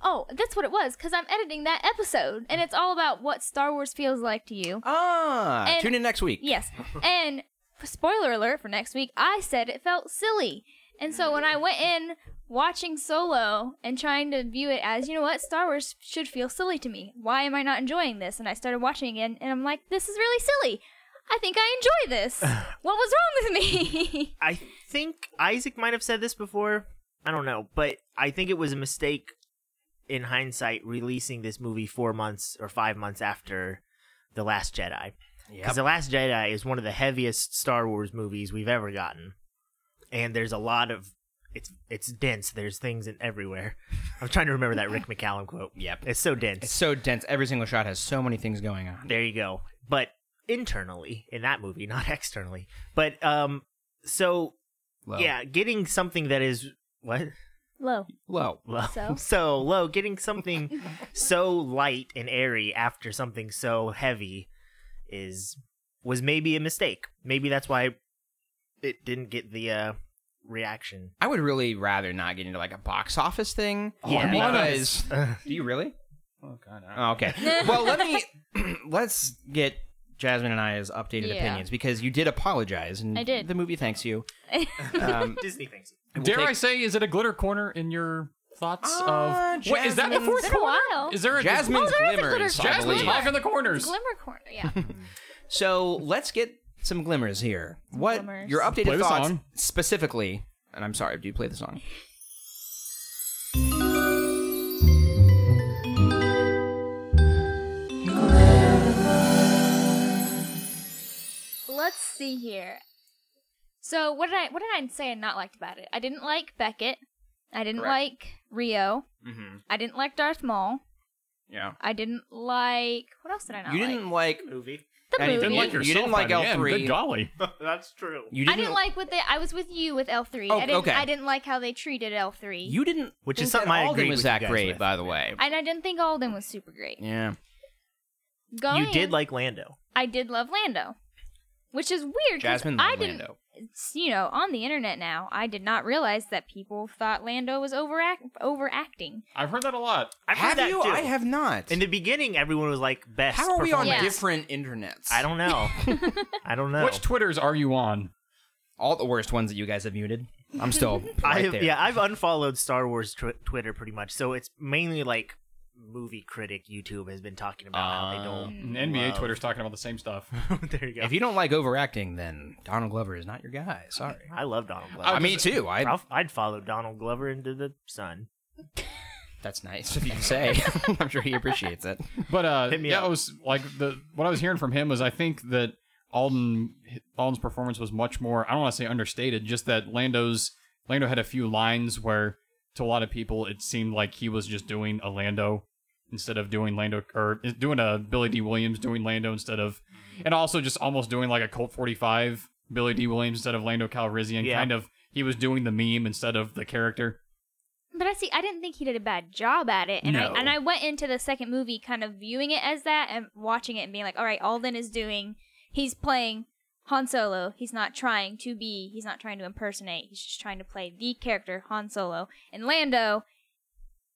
[SPEAKER 4] Oh, that's what it was cuz I'm editing that episode and it's all about what Star Wars feels like to you."
[SPEAKER 2] Ah,
[SPEAKER 4] And-
[SPEAKER 2] tune in next week.
[SPEAKER 4] Yes. And spoiler alert for next week, I said it felt silly. And so when I went in watching Solo and trying to view it as, you know what, Star Wars should feel silly to me. Why am I not enjoying this? And I started watching again and I'm like, this is really silly. I think I enjoy this. what was wrong with me?
[SPEAKER 3] I think Isaac might have said this before. I don't know, but I think it was a mistake in hindsight releasing this movie four months or five months after The Last Jedi. Because The Last Jedi is one of the heaviest Star Wars movies we've ever gotten. And there's a lot of it's it's dense. There's things in everywhere. I'm trying to remember that Rick McCallum quote.
[SPEAKER 2] Yep.
[SPEAKER 3] It's so dense.
[SPEAKER 2] It's so dense. Every single shot has so many things going on.
[SPEAKER 3] There you go. But internally in that movie, not externally. But um, so
[SPEAKER 2] Low.
[SPEAKER 3] yeah, getting something that is what
[SPEAKER 4] Low.
[SPEAKER 2] Low.
[SPEAKER 3] low,
[SPEAKER 4] So?
[SPEAKER 3] so low, getting something so light and airy after something so heavy is was maybe a mistake. Maybe that's why it didn't get the uh, reaction.
[SPEAKER 2] I would really rather not get into like a box office thing.
[SPEAKER 3] Yeah.
[SPEAKER 2] because do you really?
[SPEAKER 5] Oh god. I don't-
[SPEAKER 2] Oh, okay. well, let me let's get Jasmine and I's updated
[SPEAKER 4] Yeah.
[SPEAKER 2] opinions because you did apologize, and
[SPEAKER 4] I did.
[SPEAKER 2] The movie thanks you. Um,
[SPEAKER 3] Disney thinks
[SPEAKER 2] we'll
[SPEAKER 5] Dare
[SPEAKER 2] take-
[SPEAKER 5] I say, is it a glitter corner in your thoughts
[SPEAKER 2] Ah,
[SPEAKER 5] of? Wait, is that the
[SPEAKER 4] Jasmine's-
[SPEAKER 5] fourth
[SPEAKER 4] It's been a
[SPEAKER 5] corner?
[SPEAKER 4] while.
[SPEAKER 5] Is there a
[SPEAKER 2] Jasmine's
[SPEAKER 4] Oh, there is a
[SPEAKER 2] glimmers?
[SPEAKER 4] glitter-
[SPEAKER 2] I
[SPEAKER 5] Jasmine's
[SPEAKER 2] believe.
[SPEAKER 5] hawk in the corners?
[SPEAKER 4] Glimmer corner. Yeah.
[SPEAKER 2] So let's get some glimmers here. What
[SPEAKER 4] Glimmers.
[SPEAKER 2] your updated
[SPEAKER 5] Play the
[SPEAKER 2] thoughts
[SPEAKER 5] song.
[SPEAKER 2] specifically? And I'm sorry, do you play the song?
[SPEAKER 4] Let's see here. So what did I what did I say I not liked about it? I didn't like Beckett. I didn't
[SPEAKER 2] Correct.
[SPEAKER 4] like Rio.
[SPEAKER 2] Mm-hmm.
[SPEAKER 4] I didn't like Darth Maul.
[SPEAKER 2] Yeah.
[SPEAKER 4] I didn't like what else did I not
[SPEAKER 2] You
[SPEAKER 4] like?
[SPEAKER 2] didn't like.
[SPEAKER 3] movie.
[SPEAKER 4] the
[SPEAKER 2] and you
[SPEAKER 4] movie.
[SPEAKER 5] Didn't like
[SPEAKER 2] You
[SPEAKER 5] yourself.
[SPEAKER 2] didn't like
[SPEAKER 5] by the end.
[SPEAKER 2] L3.
[SPEAKER 5] Good golly.
[SPEAKER 3] That's true.
[SPEAKER 2] You
[SPEAKER 4] I
[SPEAKER 2] didn't
[SPEAKER 4] didn't like what they. I was with you with L three.
[SPEAKER 2] Oh,
[SPEAKER 4] I didn't,
[SPEAKER 2] okay.
[SPEAKER 4] I didn't like how they treated L three.
[SPEAKER 2] You didn't.
[SPEAKER 3] Which is
[SPEAKER 2] think
[SPEAKER 3] something
[SPEAKER 2] that
[SPEAKER 3] I
[SPEAKER 2] Alden
[SPEAKER 3] agreed
[SPEAKER 2] was
[SPEAKER 3] with
[SPEAKER 2] that
[SPEAKER 3] you guys
[SPEAKER 2] great,
[SPEAKER 3] with.
[SPEAKER 2] by the way.
[SPEAKER 4] and I didn't think Alden was super great.
[SPEAKER 2] Yeah.
[SPEAKER 4] Going,
[SPEAKER 3] You did like Lando.
[SPEAKER 4] I did love Lando, which is weird. 'cause
[SPEAKER 2] Jasmine
[SPEAKER 4] I
[SPEAKER 2] loved
[SPEAKER 4] didn't.
[SPEAKER 2] Lando.
[SPEAKER 4] it's, You know, on the internet now, I did not realize that people thought Lando was overact overacting.
[SPEAKER 5] I've heard that a lot.
[SPEAKER 3] I've
[SPEAKER 2] have
[SPEAKER 3] heard that
[SPEAKER 2] you?
[SPEAKER 3] too.
[SPEAKER 2] I have not.
[SPEAKER 3] In the beginning, everyone was like, "Best."
[SPEAKER 2] How are we on
[SPEAKER 4] Yeah.
[SPEAKER 3] performance.
[SPEAKER 2] different internets?
[SPEAKER 3] I don't know. I don't know.
[SPEAKER 5] Which Twitters are you on?
[SPEAKER 2] all the worst ones that you guys have muted. I'm still
[SPEAKER 3] I
[SPEAKER 2] right
[SPEAKER 3] have,
[SPEAKER 2] there.
[SPEAKER 3] yeah, I've unfollowed Star Wars tw- Twitter pretty much, so it's mainly like movie critic YouTube has been talking about how
[SPEAKER 2] Um,
[SPEAKER 5] And NBA
[SPEAKER 3] Love.
[SPEAKER 5] Twitter's talking about the same stuff.
[SPEAKER 3] they don't. there you go.
[SPEAKER 2] If you don't like overacting, then Donald Glover is not your guy. Sorry.
[SPEAKER 3] I love Donald Glover.
[SPEAKER 2] I, me too. I
[SPEAKER 3] I'll, I'd follow Donald Glover into the sun.
[SPEAKER 2] that's nice if you say. I'm sure he appreciates it.
[SPEAKER 5] But uh,
[SPEAKER 3] Hit me
[SPEAKER 5] yeah,
[SPEAKER 3] up.
[SPEAKER 5] I was like the what I was hearing from him was I think that Alden Alden's performance was much more I don't want to say understated, just that Lando's Lando had a few lines where to a lot of people it seemed like he was just doing a Lando instead of doing Lando or doing a Billy D Williams doing Lando instead of and also just almost doing like a Colt 45 Billy D Williams instead of Lando Calrissian
[SPEAKER 3] Yeah.
[SPEAKER 5] kind of he was doing the meme instead of the character.
[SPEAKER 4] But I see. I didn't think he did a bad job at it, and
[SPEAKER 5] No.
[SPEAKER 4] I and I went into the second movie kind of viewing it as that and watching it and being like, all right, Alden is doing, he's playing Han Solo. He's not trying to be, he's not trying to impersonate. He's just trying to play the character Han Solo. And Lando,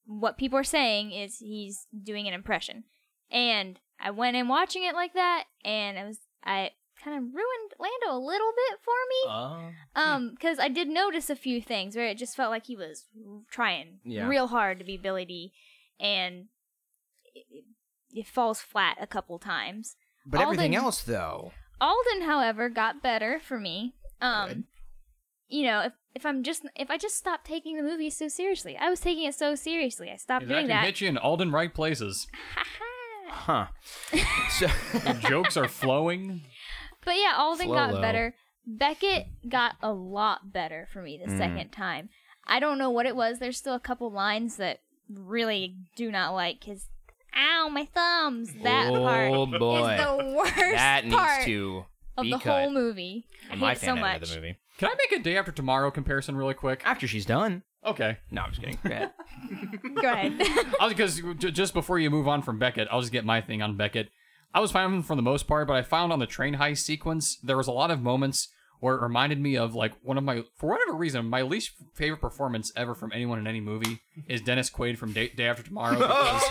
[SPEAKER 4] what people are saying is he's doing an impression. And I went in watching it like that, and I was I kind of ruined Lando a little bit for me. Um, because I did notice a few things where it just felt like he was trying
[SPEAKER 2] Yeah.
[SPEAKER 4] real hard to be Billy D, and it, it falls flat a couple times.
[SPEAKER 2] but
[SPEAKER 4] Alden-
[SPEAKER 2] everything else, though,
[SPEAKER 4] Alden, however, got better for me. Um, you know, if if I'm just if I just stopped taking the movie so seriously, I was taking it so seriously. I stopped
[SPEAKER 5] That
[SPEAKER 4] doing
[SPEAKER 5] can
[SPEAKER 4] that.
[SPEAKER 5] hit you in Alden right places.
[SPEAKER 2] huh? So,
[SPEAKER 5] The jokes are flowing.
[SPEAKER 4] But yeah, Alden
[SPEAKER 2] Slow-lo.
[SPEAKER 4] got better. Beckett got a lot better for me
[SPEAKER 2] Mm-hmm.
[SPEAKER 4] the second time. I don't know what it was. There's still a couple lines that really do not like his ow, my thumbs. That
[SPEAKER 2] oh
[SPEAKER 4] part
[SPEAKER 2] boy,
[SPEAKER 4] is the worst
[SPEAKER 2] that needs
[SPEAKER 4] part
[SPEAKER 2] to
[SPEAKER 4] of
[SPEAKER 2] be
[SPEAKER 4] the
[SPEAKER 2] cut
[SPEAKER 4] whole movie. I
[SPEAKER 2] in
[SPEAKER 4] hate
[SPEAKER 2] my
[SPEAKER 4] it so
[SPEAKER 2] fan edit
[SPEAKER 4] much.
[SPEAKER 2] of the movie.
[SPEAKER 5] Can I make a day after tomorrow comparison really quick?
[SPEAKER 2] After she's done.
[SPEAKER 5] Okay.
[SPEAKER 2] No, I'm just kidding. Go ahead.
[SPEAKER 4] Go ahead.
[SPEAKER 5] Because just before you move on from Beckett, I'll just get my thing on Beckett. I was fine with him for the most part, but I found on the train heist sequence there was a lot of moments where it reminded me of like one of my for whatever reason my least favorite performance ever from anyone in any movie is Dennis Quaid from Day, Day After Tomorrow because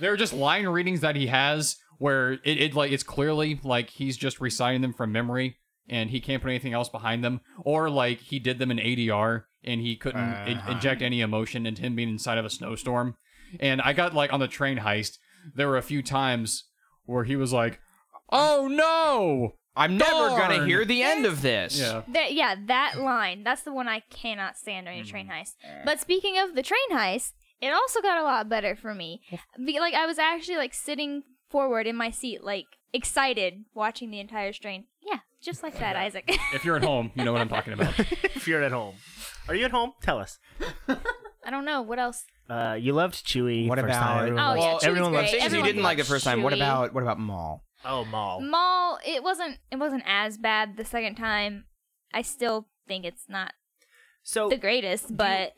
[SPEAKER 5] there are just line readings that he has where it, it like it's clearly like he's just reciting them from memory and he can't put anything else behind them or like he did them in ADR and he couldn't in- inject any emotion into him being inside of a snowstorm and I got like on the train heist there were a few times where he was like oh no
[SPEAKER 2] I'm never gonna
[SPEAKER 5] Darn.
[SPEAKER 2] hear the end of this.
[SPEAKER 5] yeah
[SPEAKER 4] That, yeah, that line. That's the one I cannot stand during a train heist. But speaking of the train heist, it also got a lot better for me. Be, like I was actually like sitting forward in my seat, like excited, watching the entire train. Yeah, just like that, Isaac.
[SPEAKER 5] if you're at home you know what I'm talking about
[SPEAKER 3] if you're at home, are you at home? Tell us.
[SPEAKER 4] I don't know what else.
[SPEAKER 3] Uh, you loved Chewie.
[SPEAKER 2] What
[SPEAKER 3] first
[SPEAKER 2] about?
[SPEAKER 3] time. Everyone
[SPEAKER 4] Oh,
[SPEAKER 3] loved-
[SPEAKER 4] yeah,
[SPEAKER 2] well,
[SPEAKER 4] Chewie's
[SPEAKER 3] everyone loves
[SPEAKER 4] great.
[SPEAKER 2] things you
[SPEAKER 4] Everyone
[SPEAKER 2] didn't like the
[SPEAKER 4] loves Mm.
[SPEAKER 2] first time. What
[SPEAKER 4] Chewie.
[SPEAKER 2] about? What about Maul?
[SPEAKER 3] Oh, Maul.
[SPEAKER 4] Maul, it wasn't it wasn't as bad the second time. I still think it's not
[SPEAKER 3] So
[SPEAKER 4] the greatest, but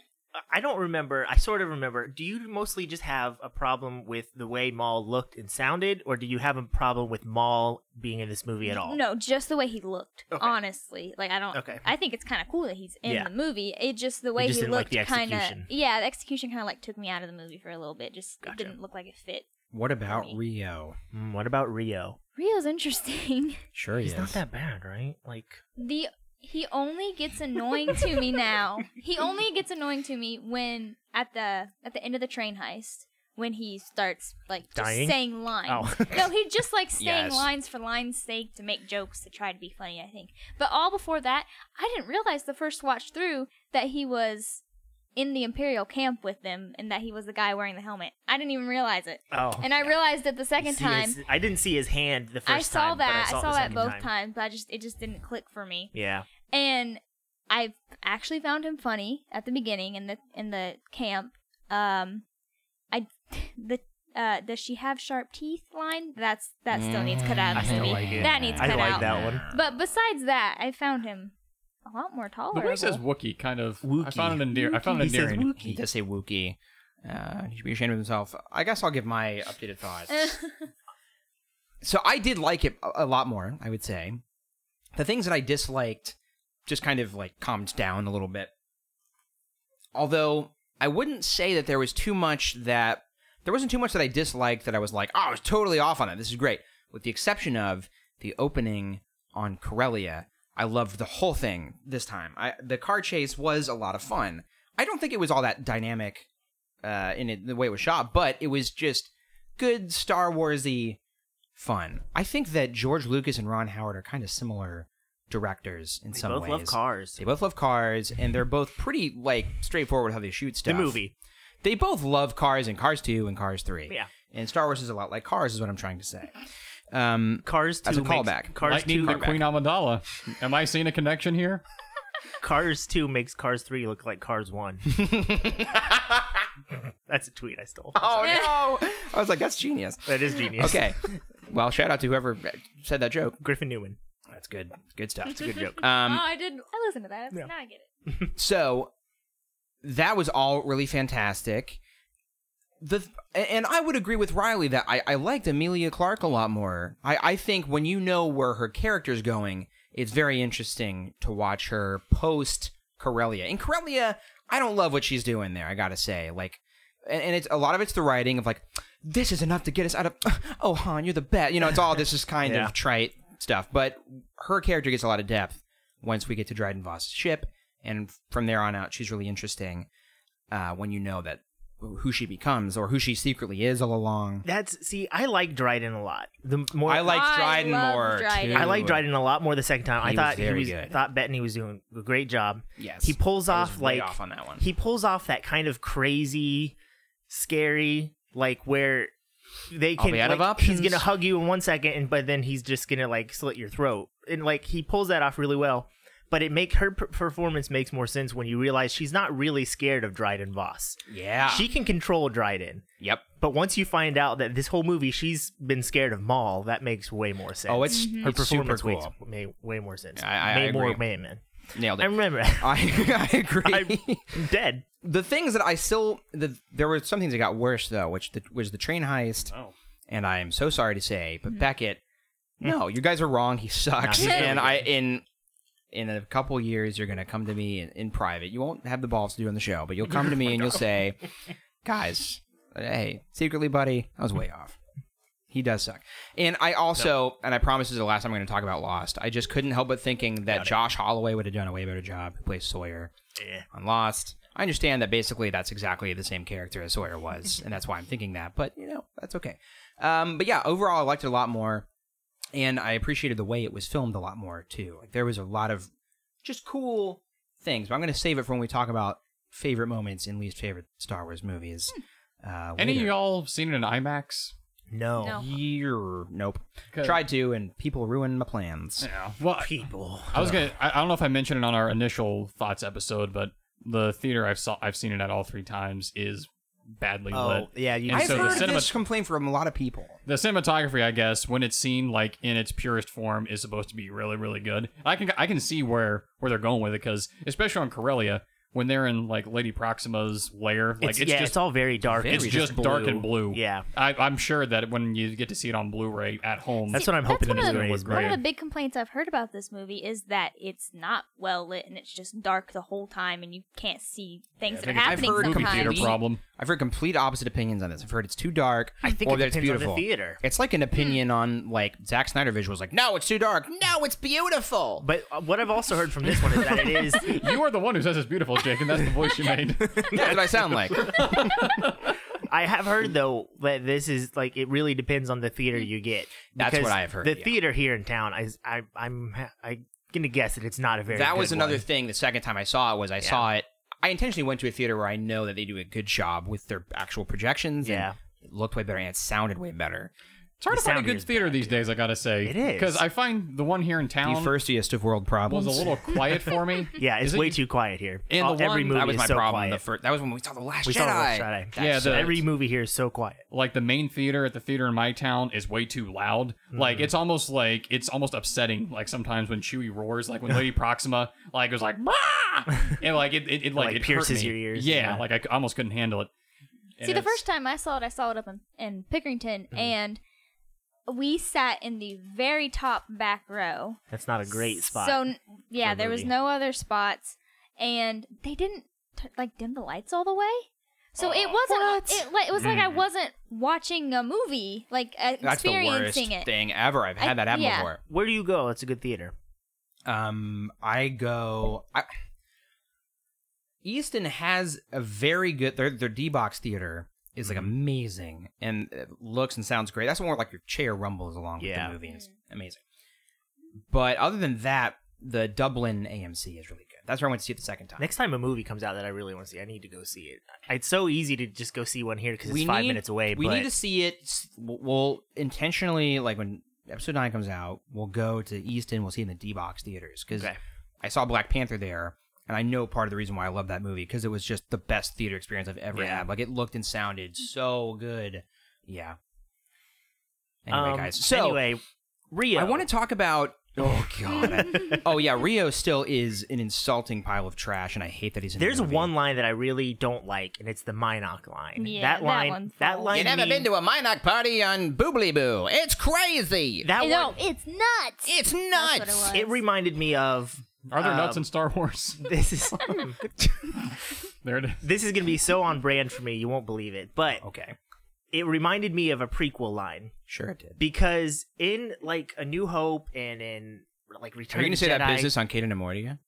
[SPEAKER 3] I don't remember. I sort of remember. Do you mostly just have a problem with the way Maul looked and sounded, or do you have a problem with Maul being in this movie at all?
[SPEAKER 4] no, just the way he looked.
[SPEAKER 3] Okay.
[SPEAKER 4] Honestly, like I don't.
[SPEAKER 3] Okay.
[SPEAKER 4] I think it's kind of cool that he's in
[SPEAKER 3] Yeah.
[SPEAKER 4] the movie. It just the way
[SPEAKER 3] just
[SPEAKER 4] he
[SPEAKER 3] didn't like
[SPEAKER 4] looked
[SPEAKER 3] the
[SPEAKER 4] kind of
[SPEAKER 3] execution.
[SPEAKER 4] yeah, the execution kind of like took me out of the movie for a little bit. Just
[SPEAKER 3] Gotcha.
[SPEAKER 4] it didn't look like it fit.
[SPEAKER 2] What about Rio?
[SPEAKER 3] Mm, what about Rio?
[SPEAKER 4] Rio's interesting.
[SPEAKER 2] Sure,
[SPEAKER 3] He's
[SPEAKER 2] he
[SPEAKER 3] not
[SPEAKER 2] is.
[SPEAKER 3] that bad, right? Like,
[SPEAKER 4] The he only gets annoying to me now. He only gets annoying to me when at the at the end of the train heist when he starts like just
[SPEAKER 3] Dying?
[SPEAKER 4] saying lines.
[SPEAKER 3] Oh.
[SPEAKER 4] no, he just like saying
[SPEAKER 2] Yes.
[SPEAKER 4] lines for lines' sake to make jokes to try to be funny. I think, but all before that, I didn't realize the first watch through that he was in the imperial camp with them and that he was the guy wearing the helmet. I didn't even realize it,
[SPEAKER 3] oh.
[SPEAKER 4] and I realized it the
[SPEAKER 3] You
[SPEAKER 4] second
[SPEAKER 3] see
[SPEAKER 4] time.
[SPEAKER 3] his- I didn't see his hand the first time.
[SPEAKER 4] I saw
[SPEAKER 3] but
[SPEAKER 4] that. I saw,
[SPEAKER 3] it the
[SPEAKER 4] that
[SPEAKER 3] second
[SPEAKER 4] both
[SPEAKER 3] time.
[SPEAKER 4] times, but I just it just didn't click for me
[SPEAKER 3] Yeah.
[SPEAKER 4] and I actually found him funny at the beginning in the in the camp. Um, I the uh, does she have sharp teeth line? That's that still needs cut
[SPEAKER 3] Mm,
[SPEAKER 4] out
[SPEAKER 3] I
[SPEAKER 4] of this
[SPEAKER 3] still
[SPEAKER 4] movie.
[SPEAKER 3] like it.
[SPEAKER 4] That needs
[SPEAKER 3] I
[SPEAKER 4] cut
[SPEAKER 3] like
[SPEAKER 4] out.
[SPEAKER 3] that one.
[SPEAKER 4] But besides that, I found him a lot more
[SPEAKER 5] The
[SPEAKER 4] tolerable.
[SPEAKER 5] way he says Wookie kind of. I
[SPEAKER 3] Wookiee.
[SPEAKER 5] found it endearing. I found it
[SPEAKER 2] He says
[SPEAKER 5] endearing.
[SPEAKER 2] Wookiee. He does say Wookie. Uh, he should be ashamed of himself. I guess I'll give my updated thoughts.
[SPEAKER 4] Eh.
[SPEAKER 3] Um,
[SPEAKER 2] so I did like it a a lot more, I would say. The things that I disliked just kind of like calmed down a little bit. Although I wouldn't say that there was too much that there wasn't too much that I disliked that I was like, oh, I was totally off on it. This is great. With the exception of the opening on Corellia, I loved the whole thing this time. I, the car chase was a lot of fun. I don't think it was all that dynamic uh, in it, the way it was shot, but it was just good Star Warsy fun. I think that George Lucas and Ron Howard are kind of similar directors in
[SPEAKER 3] They
[SPEAKER 2] some
[SPEAKER 3] both
[SPEAKER 2] ways.
[SPEAKER 3] love cars.
[SPEAKER 2] They both love cars, and they're both pretty like straightforward how they shoot
[SPEAKER 3] The
[SPEAKER 2] stuff.
[SPEAKER 3] movie.
[SPEAKER 2] They both love cars and Cars Two and Cars Three.
[SPEAKER 3] Yeah.
[SPEAKER 2] And Star Wars is a lot like Cars, is what I'm trying to say. Um,
[SPEAKER 3] Cars 2
[SPEAKER 2] As a
[SPEAKER 3] makes-
[SPEAKER 2] callback.
[SPEAKER 3] Cars
[SPEAKER 5] Lightning
[SPEAKER 3] 2
[SPEAKER 5] to Queen Amidala. Am I seeing a connection here?
[SPEAKER 3] Cars 2 makes Cars 3 look like Cars 1. That's a tweet I stole.
[SPEAKER 2] oh no! I was like, that's genius.
[SPEAKER 3] That is genius.
[SPEAKER 2] Okay. Well, shout out to whoever said that joke.
[SPEAKER 3] Griffin Newman.
[SPEAKER 2] That's good. Good stuff.
[SPEAKER 3] It's a good joke.
[SPEAKER 4] oh,
[SPEAKER 2] Um,
[SPEAKER 4] I did. I listened to that.
[SPEAKER 3] Yeah.
[SPEAKER 4] Now I get it.
[SPEAKER 2] so that was all really fantastic. The and I would agree with Riley that I, I liked Amelia Clark a lot more. I, I think when you know where her character's going, it's very interesting to watch her post Corellia. And Corellia, I don't love what she's doing there, I gotta say. Like and, and it's a lot of it's the writing of like, this is enough to get us out of oh Han, you're the best. You know, it's all this is kind
[SPEAKER 3] Yeah.
[SPEAKER 2] of trite stuff. But her character gets a lot of depth once we get to Dryden Voss's ship, and from there on out, she's really interesting uh, when you know that who she becomes or who she secretly is all along.
[SPEAKER 3] That's see, I like Dryden a lot. The m- more
[SPEAKER 2] I liked
[SPEAKER 4] I
[SPEAKER 2] Dryden
[SPEAKER 4] love
[SPEAKER 2] more.
[SPEAKER 4] Dryden.
[SPEAKER 2] too.
[SPEAKER 3] I like Dryden a lot more the second time.
[SPEAKER 2] He
[SPEAKER 3] I
[SPEAKER 2] was
[SPEAKER 3] thought
[SPEAKER 2] very
[SPEAKER 3] he was
[SPEAKER 2] good.
[SPEAKER 3] thought Bettany was doing a great job.
[SPEAKER 2] Yes,
[SPEAKER 3] He pulls
[SPEAKER 2] I was
[SPEAKER 3] off
[SPEAKER 2] way
[SPEAKER 3] like
[SPEAKER 2] off on that one.
[SPEAKER 3] he pulls off that kind of crazy, scary, like where they
[SPEAKER 2] I'll
[SPEAKER 3] can
[SPEAKER 2] be out of
[SPEAKER 3] like, he's
[SPEAKER 2] options.
[SPEAKER 3] gonna hug you in one second, and but then he's just gonna like slit your throat, and like he pulls that off really well. But it make her per- performance makes more sense when you realize she's not really scared of Dryden Voss.
[SPEAKER 2] Yeah.
[SPEAKER 3] She can control Dryden,
[SPEAKER 2] yep.
[SPEAKER 3] but once you find out that this whole movie she's been scared of Maul, that makes way more sense.
[SPEAKER 2] Oh, it's
[SPEAKER 3] her
[SPEAKER 2] it's super
[SPEAKER 3] performance
[SPEAKER 2] cool.
[SPEAKER 3] makes way, way more sense.
[SPEAKER 2] I- I- I
[SPEAKER 3] Made more
[SPEAKER 2] agree.
[SPEAKER 3] man, man.
[SPEAKER 2] Nailed it.
[SPEAKER 3] I remember.
[SPEAKER 2] I, I agree.
[SPEAKER 3] I'm dead.
[SPEAKER 2] the things that I still the, there were some things that got worse though, which the, was the train heist.
[SPEAKER 5] Oh.
[SPEAKER 2] And I am so sorry to say, but Beckett, no, you guys are wrong. He sucks.
[SPEAKER 3] he's really
[SPEAKER 2] and I
[SPEAKER 3] good.
[SPEAKER 2] in in a couple years you're gonna come to me in, in private. You won't have the balls to do it on the show, but you'll come to me and you'll say, guys, hey, secretly, buddy, I was way off. He does suck. And I also, and I promise this is the last time I'm going to talk about Lost. I just couldn't help but thinking that Josh Holloway would have done a way better job, who plays Sawyer
[SPEAKER 3] Yeah.
[SPEAKER 2] on Lost. I understand that basically that's exactly the same character as Sawyer was, and that's why I'm thinking that, but you know, that's okay. Um, but yeah, overall, I liked it a lot more, and I appreciated the way it was filmed a lot more too. Like, there was a lot of just cool things, but I'm going to save it for when we talk about favorite moments and least favorite Star Wars movies. Uh,
[SPEAKER 5] Hmm. Any of
[SPEAKER 2] later.
[SPEAKER 5] y'all seen it in IMAX?
[SPEAKER 3] No.
[SPEAKER 4] No.
[SPEAKER 2] year? Nope.
[SPEAKER 5] 'Kay.
[SPEAKER 2] Tried to, and people ruined my plans.
[SPEAKER 5] Yeah. Well,
[SPEAKER 3] People.
[SPEAKER 5] I was gonna. I, I don't know if I mentioned it on our initial thoughts episode, but the theater I've saw I've seen it at all three times is badly lit.
[SPEAKER 3] Oh, yeah, you
[SPEAKER 5] And
[SPEAKER 2] I've
[SPEAKER 5] so the
[SPEAKER 2] heard
[SPEAKER 5] cinema-
[SPEAKER 2] this complaint from a lot of people.
[SPEAKER 5] The cinematography, I guess, when it's seen like in its purest form, is supposed to be really, really good. I can I can see where where they're going with it because especially on Corellia, when they're in like Lady Proxima's lair, like
[SPEAKER 3] it's,
[SPEAKER 5] it's,
[SPEAKER 3] yeah,
[SPEAKER 5] just
[SPEAKER 3] it's all very dark.
[SPEAKER 5] it's
[SPEAKER 3] and
[SPEAKER 5] just dark and blue.
[SPEAKER 3] Yeah.
[SPEAKER 5] I, I'm sure that when you get to see it on Blu-ray at home,
[SPEAKER 3] That's what I'm hoping
[SPEAKER 4] one
[SPEAKER 3] the
[SPEAKER 4] of the-
[SPEAKER 3] Blu-ray is
[SPEAKER 4] One
[SPEAKER 5] great.
[SPEAKER 4] of the big complaints I've heard about this movie is that it's not well lit and it's just dark the whole time and you can't see things that are
[SPEAKER 5] think it's- I've
[SPEAKER 4] happening
[SPEAKER 2] heard
[SPEAKER 5] movie
[SPEAKER 4] sometimes.
[SPEAKER 5] theater problem.
[SPEAKER 2] I've heard complete opposite opinions on this. I've heard it's too dark.
[SPEAKER 3] I think
[SPEAKER 2] or
[SPEAKER 3] it
[SPEAKER 2] that it's
[SPEAKER 3] depends on the
[SPEAKER 2] beautiful.
[SPEAKER 3] theater.
[SPEAKER 2] It's like an opinion on like Zack Snyder visuals. Like, no, it's too dark. No, it's beautiful.
[SPEAKER 3] But uh, what I've also heard from this one is that it is
[SPEAKER 5] You are the one who says it's beautiful, Jake, and that's the voice you made.
[SPEAKER 2] That's what I sound like.
[SPEAKER 3] I have heard though that this is like it really depends on the theater you get.
[SPEAKER 2] That's
[SPEAKER 3] Because
[SPEAKER 2] what I have heard,
[SPEAKER 3] The
[SPEAKER 2] yeah.
[SPEAKER 3] theater here in town, I, I, I'm, I gonna guess that it's not a very.
[SPEAKER 2] that
[SPEAKER 3] good
[SPEAKER 2] was another
[SPEAKER 3] one.
[SPEAKER 2] thing. The second time I saw it was I saw it. I intentionally went to a theater where I know that they do a good job with their actual projections.
[SPEAKER 3] Yeah.
[SPEAKER 2] and it looked way better and it sounded way better.
[SPEAKER 5] It's hard
[SPEAKER 3] The
[SPEAKER 5] to find a
[SPEAKER 3] sound here
[SPEAKER 5] good
[SPEAKER 3] is
[SPEAKER 5] theater
[SPEAKER 3] bad,
[SPEAKER 5] these
[SPEAKER 3] dude.
[SPEAKER 5] days. I gotta say,
[SPEAKER 3] It is.
[SPEAKER 5] because I find the one here in
[SPEAKER 2] The
[SPEAKER 5] town
[SPEAKER 2] firstiest of world
[SPEAKER 5] was
[SPEAKER 2] problems.
[SPEAKER 5] a little quiet for me.
[SPEAKER 3] Yeah, it's
[SPEAKER 5] Is it-
[SPEAKER 3] way too quiet here.
[SPEAKER 5] And
[SPEAKER 3] All-
[SPEAKER 5] the
[SPEAKER 3] every
[SPEAKER 5] one-
[SPEAKER 3] movie
[SPEAKER 2] that was
[SPEAKER 3] is
[SPEAKER 2] my
[SPEAKER 3] so
[SPEAKER 2] problem.
[SPEAKER 3] Quiet.
[SPEAKER 2] The first that was when we saw the Last
[SPEAKER 3] we
[SPEAKER 2] Jedi.
[SPEAKER 3] saw The Last Jedi.
[SPEAKER 2] That
[SPEAKER 5] Yeah, the-
[SPEAKER 2] sucked.
[SPEAKER 3] every movie here is so quiet.
[SPEAKER 5] like the main theater at the theater in my town is way too loud. Like it's almost like it's almost upsetting. Like sometimes when Chewie roars, like when Lady Proxima like goes like bah! and like it it, it like,
[SPEAKER 3] like,
[SPEAKER 5] it hurt
[SPEAKER 3] pierces
[SPEAKER 5] me.
[SPEAKER 3] your ears,
[SPEAKER 5] Yeah,
[SPEAKER 3] yeah.
[SPEAKER 5] like I c- almost couldn't handle it. And
[SPEAKER 4] See, the
[SPEAKER 5] it's-
[SPEAKER 4] first time I saw it, I saw it up in, in Pickerington, and we sat in the very top back row.
[SPEAKER 3] That's not a great spot.
[SPEAKER 4] So n- yeah,
[SPEAKER 3] for a
[SPEAKER 4] there was
[SPEAKER 3] movie.
[SPEAKER 4] no other spots, and they didn't t- like dim the lights all the way. So it wasn't. It, like, it was like I wasn't watching a movie, like uh,
[SPEAKER 2] That's the worst
[SPEAKER 4] experiencing it.
[SPEAKER 2] thing ever. I've had
[SPEAKER 4] I-
[SPEAKER 2] that happen
[SPEAKER 4] yeah.
[SPEAKER 2] before.
[SPEAKER 3] where do you go? It's a good theater.
[SPEAKER 2] Um, I go. I, Easton has a very good. Their their D box theater is
[SPEAKER 3] Mm-hmm.
[SPEAKER 2] like amazing and it looks and sounds great. That's more like your chair rumbles along with
[SPEAKER 3] Yeah.
[SPEAKER 2] the movie. and It's amazing. But other than that, the Dublin AMC is really good. That's where I went to see it the second time.
[SPEAKER 3] Next time a movie comes out that I really want to see, I need to go see it. It's so easy to just go see one here because it's five minutes away.
[SPEAKER 2] We
[SPEAKER 3] but
[SPEAKER 2] need to see it. s- We'll we'll intentionally like when episode nine comes out, we'll go to Easton. We'll see it in the D box theaters because
[SPEAKER 3] Okay.
[SPEAKER 2] I saw Black Panther there, and I know part of the reason why I love that movie because it was just the best theater experience I've ever
[SPEAKER 3] Yeah.
[SPEAKER 2] had. Like it looked and sounded so good. Yeah. Anyway,
[SPEAKER 3] Um,
[SPEAKER 2] guys. So
[SPEAKER 3] anyway, Rio.
[SPEAKER 2] I want to talk about. Oh god. oh yeah, Rio still is an insulting pile of trash, and I hate that he's in. the
[SPEAKER 3] There's
[SPEAKER 2] movie.
[SPEAKER 3] one line that I really don't like, and it's the Minoc line.
[SPEAKER 4] Yeah,
[SPEAKER 3] that
[SPEAKER 4] that
[SPEAKER 3] line.
[SPEAKER 4] one's
[SPEAKER 3] that
[SPEAKER 4] awful.
[SPEAKER 3] line.
[SPEAKER 4] You
[SPEAKER 3] mean-
[SPEAKER 2] a Minoc party on Boobly Boo. It's crazy.
[SPEAKER 3] that one.
[SPEAKER 4] No, it's nuts.
[SPEAKER 2] It's
[SPEAKER 4] That's what it was.
[SPEAKER 3] It reminded me of.
[SPEAKER 5] Are there nuts
[SPEAKER 3] um,
[SPEAKER 5] in Star Wars?
[SPEAKER 3] This is
[SPEAKER 5] there it is.
[SPEAKER 3] this is gonna be so on brand for me, you won't believe it. But
[SPEAKER 2] Okay.
[SPEAKER 3] it reminded me of a prequel line
[SPEAKER 2] Sure it did.
[SPEAKER 3] because in like A New Hope and in like
[SPEAKER 2] Are
[SPEAKER 3] Return.
[SPEAKER 2] you going to
[SPEAKER 3] of
[SPEAKER 2] say
[SPEAKER 3] the
[SPEAKER 2] that
[SPEAKER 3] Jedi-
[SPEAKER 2] business on Kaden and Morty again?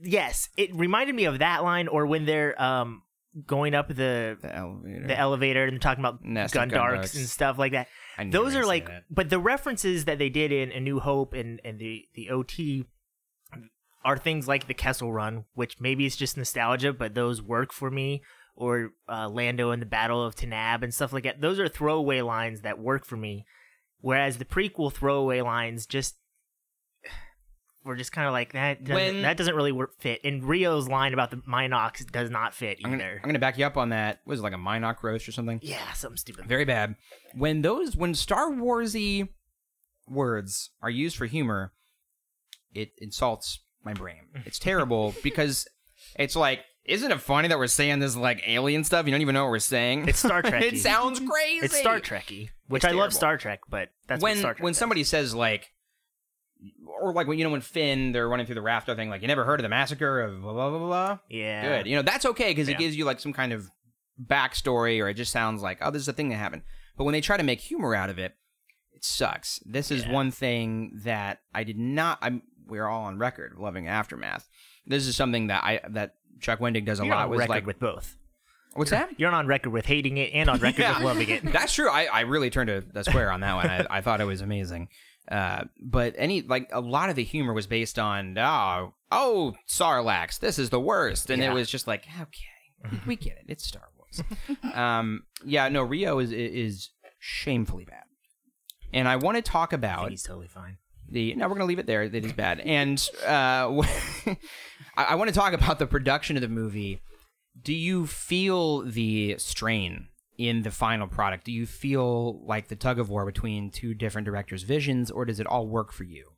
[SPEAKER 3] Yes, it reminded me of that line, or when they're um going up the
[SPEAKER 2] The elevator.
[SPEAKER 3] the elevator and they're talking about
[SPEAKER 2] Nest of
[SPEAKER 3] Gundarks
[SPEAKER 2] Gundarks.
[SPEAKER 3] and stuff like that.
[SPEAKER 2] I knew you were
[SPEAKER 3] Those
[SPEAKER 2] gonna
[SPEAKER 3] are
[SPEAKER 2] say
[SPEAKER 3] like,
[SPEAKER 2] that.
[SPEAKER 3] but the references that they did in A New Hope and and the the OT are things like the Kessel Run, which maybe it's just nostalgia, but those work for me. Or uh, Lando in the Battle of Tanab and stuff like that. Those are throwaway lines that work for me, whereas the prequel throwaway lines just were just kind of like that. Doesn't,
[SPEAKER 2] When-
[SPEAKER 3] that doesn't really work fit. And Rio's line about the Minox does not fit
[SPEAKER 2] I'm gonna,
[SPEAKER 3] either.
[SPEAKER 2] I'm gonna back you up on that. Was it like a Minoc roast or something?
[SPEAKER 3] Yeah, something stupid.
[SPEAKER 2] Very bad. When those when Star Warsy words are used for humor, it insults my brain. It's terrible because it's like, isn't it funny that we're saying this like alien stuff? You don't even know what we're saying.
[SPEAKER 3] It's Star Trek.
[SPEAKER 2] it sounds crazy.
[SPEAKER 3] It's Star Trekky, which
[SPEAKER 2] It's
[SPEAKER 3] I love
[SPEAKER 2] terrible.
[SPEAKER 3] Star Trek, but that's
[SPEAKER 2] when
[SPEAKER 3] what Star Trek
[SPEAKER 2] when
[SPEAKER 3] does.
[SPEAKER 2] somebody says like, or like when you know when Finn they're running through the rafter thing, like you never heard of the massacre of blah blah blah blah.
[SPEAKER 3] yeah,
[SPEAKER 2] Good, you know that's okay because
[SPEAKER 3] Yeah.
[SPEAKER 2] it gives you like some kind of backstory, or it just sounds like oh this is a thing that happened. But when they try to make humor out of it, it sucks. This is
[SPEAKER 3] Yeah.
[SPEAKER 2] one thing that I did not. I'm we're all on record loving aftermath. This is something that I that Chuck Wendig does a
[SPEAKER 3] You're
[SPEAKER 2] lot.
[SPEAKER 3] on
[SPEAKER 2] Was
[SPEAKER 3] record
[SPEAKER 2] like
[SPEAKER 3] with both.
[SPEAKER 2] what's that?
[SPEAKER 3] You're on record with hating it and on record
[SPEAKER 2] Yeah.
[SPEAKER 3] with loving it.
[SPEAKER 2] That's true. I, I really turned a, a square on that one. I, I thought it was amazing. Uh, but any like a lot of the humor was based on oh oh Sarlax, this is the worst, and
[SPEAKER 3] Yeah.
[SPEAKER 2] it was just like okay, we get it. It's Star Wars. um, yeah, no, Rio is is shamefully bad, and I want to talk
[SPEAKER 3] I think
[SPEAKER 2] about
[SPEAKER 3] he's totally fine.
[SPEAKER 2] the no we're gonna leave it there that is bad and uh, I, I want to talk about the production of the movie Do you feel the strain in the final product? Do you feel like the tug of war between two different directors' visions, or does it all work for you?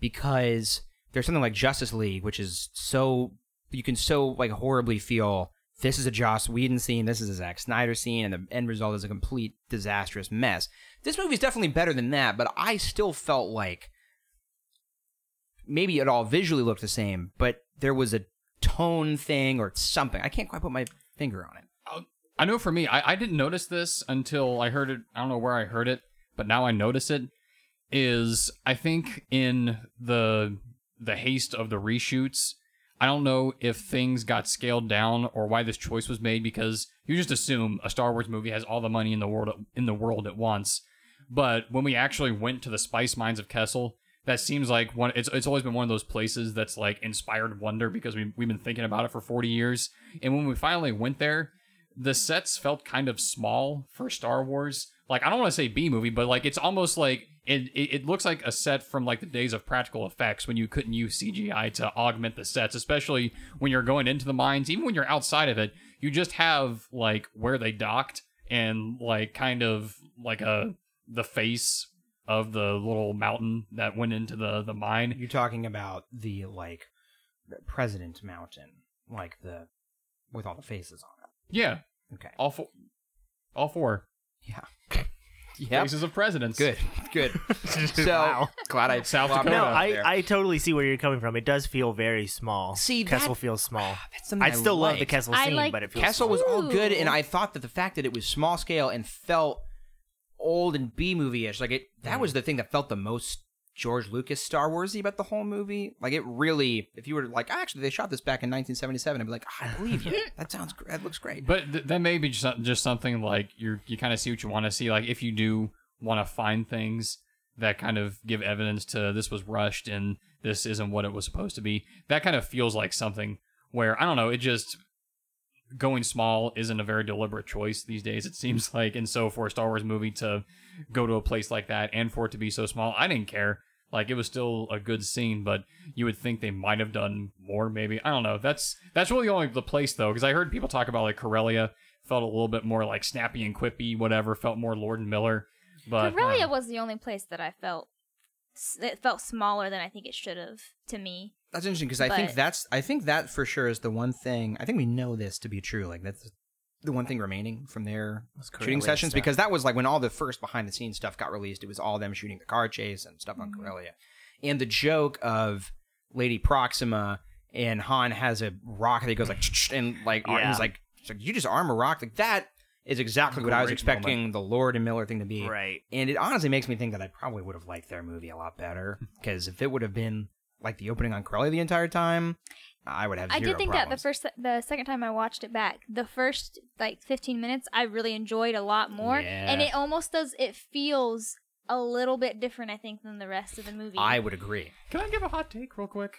[SPEAKER 2] Because there's something like Justice League, which is so you can so like horribly feel this is a Joss Whedon scene, this is a Zack Snyder scene, and the end result is a complete disastrous mess. This movie's definitely better than that, but I still felt like maybe it all visually looked the same, but there was a tone thing or something. I can't quite put my finger on it.
[SPEAKER 5] I know for me, I, I didn't notice this until I heard it. I don't know where I heard it, but now I notice it. Is I think in the the haste of the reshoots, I don't know if things got scaled down or why this choice was made because you just assume a Star Wars movie has all the money in the world in the world at once. But when we actually went to the spice mines of Kessel, that seems like one. It's it's always been one of those places that's like inspired wonder because we we've been thinking about it for forty years. And when we finally went there, the sets felt kind of small for Star Wars. Like I don't want to say B movie, but like it's almost like it, it. It looks like a set from like the days of practical effects when you couldn't use CGI to augment the sets, especially when you're going into the mines. Even when you're outside of it, you just have like where they docked and like kind of like a the face of the little mountain that went into the the mine.
[SPEAKER 2] You're talking about the like the President Mountain, like the with all the faces on
[SPEAKER 5] Yeah,
[SPEAKER 2] it. Okay.
[SPEAKER 5] all four, all four
[SPEAKER 2] Yeah. Yeah.
[SPEAKER 5] faces of presidents.
[SPEAKER 2] Good. Good. so glad I
[SPEAKER 5] South
[SPEAKER 2] flopped
[SPEAKER 5] Dakota.
[SPEAKER 3] No,
[SPEAKER 2] it out
[SPEAKER 3] I,
[SPEAKER 2] there.
[SPEAKER 3] I totally see where you're coming from. It does feel very small.
[SPEAKER 2] See, that-
[SPEAKER 3] Kessel feels small.
[SPEAKER 2] That's something
[SPEAKER 3] I
[SPEAKER 2] I
[SPEAKER 3] still love the
[SPEAKER 2] like.
[SPEAKER 3] Kessel
[SPEAKER 4] I
[SPEAKER 3] scene,
[SPEAKER 4] like
[SPEAKER 3] but it feels
[SPEAKER 2] Castle
[SPEAKER 3] small.
[SPEAKER 2] was all good, and
[SPEAKER 4] Ooh.
[SPEAKER 2] I thought that the fact that it was small scale and felt old and B movie ish, like it, that
[SPEAKER 3] Mm.
[SPEAKER 2] was the thing that felt the most George Lucas Star Warsy about the whole movie. Like it really, if you were like, actually, they shot this back in 1977, I'd be like, I believe you. that sounds, gr- that looks great.
[SPEAKER 5] But th- that may be just, just something like you you kind of see what you want to see. Like if you do want to find things that kind of give evidence to this was rushed and this isn't what it was supposed to be, that kind of feels like something where I don't know. It just going small isn't a very deliberate choice these days. It seems like, and so for a Star Wars movie to go to a place like that and for it to be so small, I didn't care. Like it was still a good scene, but you would think they might have done more. Maybe I don't know. That's that's really only the place though, because I heard people talk about like Corellia felt a little bit more like snappy and quippy, whatever. Felt more Lord and Miller, but
[SPEAKER 4] Corellia
[SPEAKER 5] uh,
[SPEAKER 4] was the only place that I felt s- it felt smaller than I think it should have to me.
[SPEAKER 2] That's interesting because I think
[SPEAKER 4] But-
[SPEAKER 2] that's I think that for sure is the one thing I think we know this to be true. Like that's the one thing remaining from their
[SPEAKER 3] That's
[SPEAKER 2] shooting
[SPEAKER 3] Corellia
[SPEAKER 2] sessions
[SPEAKER 3] stuff.
[SPEAKER 2] because that was like when all the first behind the scenes stuff got released. It was all them shooting the car chase and stuff on Corellia, and the joke of Lady Proxima and Han has a rock that goes like and like Ar-
[SPEAKER 3] Yeah.
[SPEAKER 2] he's like he's like, you just arm a rock like that is exactly what I was
[SPEAKER 5] Great
[SPEAKER 2] expecting the Lord and Miller thing to be
[SPEAKER 3] right.
[SPEAKER 2] and it honestly makes me think that I probably would have liked their movie a lot better because if it would have been like the opening on Corelli the entire time, I would have.
[SPEAKER 4] I
[SPEAKER 2] Zero
[SPEAKER 4] did think that the
[SPEAKER 2] problems.
[SPEAKER 4] first the second time I watched it back, the first like 15 minutes I really enjoyed a lot more
[SPEAKER 2] Yeah.
[SPEAKER 4] and it almost does it feels a little bit different I think than the rest of the movie.
[SPEAKER 2] I would agree.
[SPEAKER 5] can I give a hot take real quick?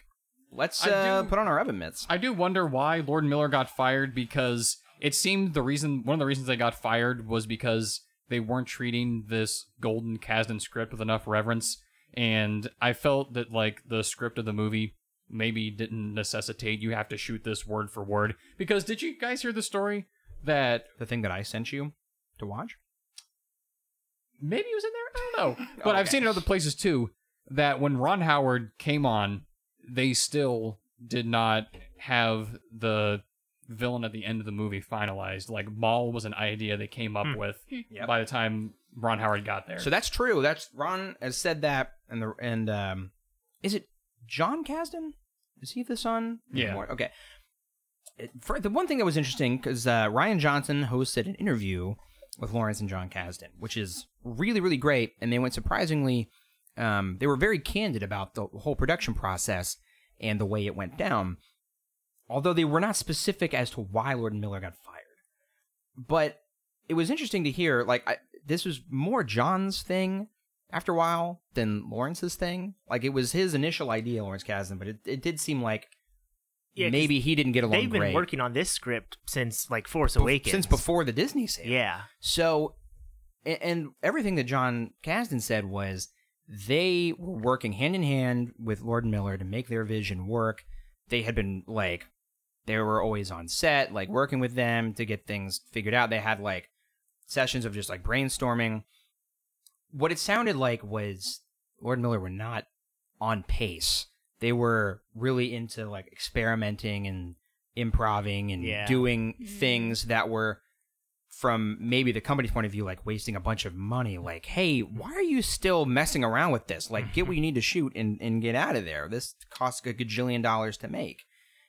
[SPEAKER 2] Let's
[SPEAKER 5] I
[SPEAKER 2] uh,
[SPEAKER 5] do-
[SPEAKER 2] put on our oven mitts.
[SPEAKER 5] I do wonder why Lord and Miller got fired because it seemed the reason one of the reasons they got fired was because they weren't treating this golden Kasdan script with enough reverence, and I felt that like the script of the movie maybe didn't necessitate you have to shoot this word for word because did you guys hear the story that
[SPEAKER 2] The thing that I sent you to watch.
[SPEAKER 5] maybe it was in there. I don't know, but I've
[SPEAKER 2] Okay.
[SPEAKER 5] seen it other places too. That when Ron Howard came on, they still did not have the villain at the end of the movie finalized. Like Maul was an idea they came up with
[SPEAKER 2] Hmm. Yep.
[SPEAKER 5] by the time Ron Howard got there.
[SPEAKER 2] So that's true. That's Ron has said that, and the and um, is it John Kasdan? Is he the son?
[SPEAKER 5] Yeah.
[SPEAKER 2] Anymore. Okay. It- For the one thing that was interesting because uh, Ryan Johnson hosted an interview with Lawrence and John Kasdan, which is really really great, and they went surprisingly. Um, they were very candid about the whole production process and the way it went down, although they were not specific as to why Lord and Miller got fired. But it was interesting to hear like I, this was more John's thing after a while than Lawrence's thing. Like it was his initial idea, Lawrence Kasdan, but it, it did seem like
[SPEAKER 3] Yeah, 'cause
[SPEAKER 2] maybe he didn't get along
[SPEAKER 3] They've been
[SPEAKER 2] great
[SPEAKER 3] working on this script since like Force
[SPEAKER 2] bef-
[SPEAKER 3] Awakens.
[SPEAKER 2] since before the Disney sale.
[SPEAKER 3] Yeah.
[SPEAKER 2] So, and, and everything that John Kasdan said was they were working hand in hand with Lord and Miller to make their vision work. They had been like They were always on set, like working with them to get things figured out. They had like sessions of just like brainstorming. What it sounded like was Lord and Miller were not on pace. They were really into like experimenting and improving and
[SPEAKER 3] Yeah.
[SPEAKER 2] doing things that were from maybe the company's point of view like wasting a bunch of money like hey why are you still messing around with this like get what you need to shoot and, and get out of there this costs a gajillion dollars to make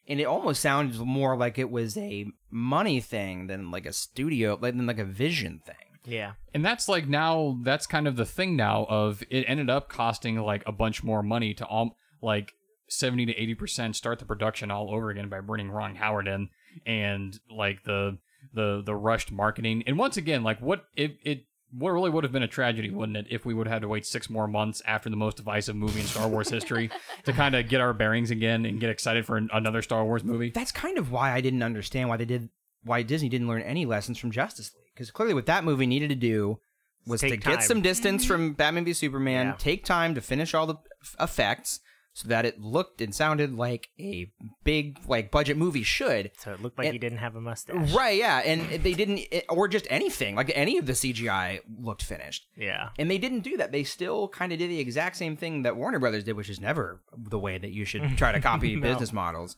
[SPEAKER 2] and it almost sounds more like it was a money thing than like a studio like than like a vision thing
[SPEAKER 3] Yeah.
[SPEAKER 5] And that's like now that's kind of the thing now of it ended up costing like a bunch more money to all like 70 to 80% start the production all over again by bringing Ron Howard in and like the the the rushed marketing. And once again, like what it it what really would have been a tragedy, wouldn't it, if we would have had to wait six more months after the most divisive movie in Star Wars history to kind of get our bearings again and get excited for an- another Star Wars movie?
[SPEAKER 2] that's kind of why i didn't understand why they did why disney didn't learn any lessons from justice league because clearly what that movie needed to do was
[SPEAKER 3] Take
[SPEAKER 2] to
[SPEAKER 3] time.
[SPEAKER 2] get some distance from batman v superman
[SPEAKER 3] Yeah.
[SPEAKER 2] take time to finish all the f- effects so that it looked and sounded like a big like budget movie should
[SPEAKER 3] So it looked like
[SPEAKER 2] It-
[SPEAKER 3] he didn't have a mustache.
[SPEAKER 2] right yeah and they didn't eh, or just anything like any of the cgi looked finished
[SPEAKER 3] Yeah.
[SPEAKER 2] and they didn't do that. They still kind of did the exact same thing that Warner Brothers did, which is never the way that you should try to copy
[SPEAKER 3] No.
[SPEAKER 2] business models.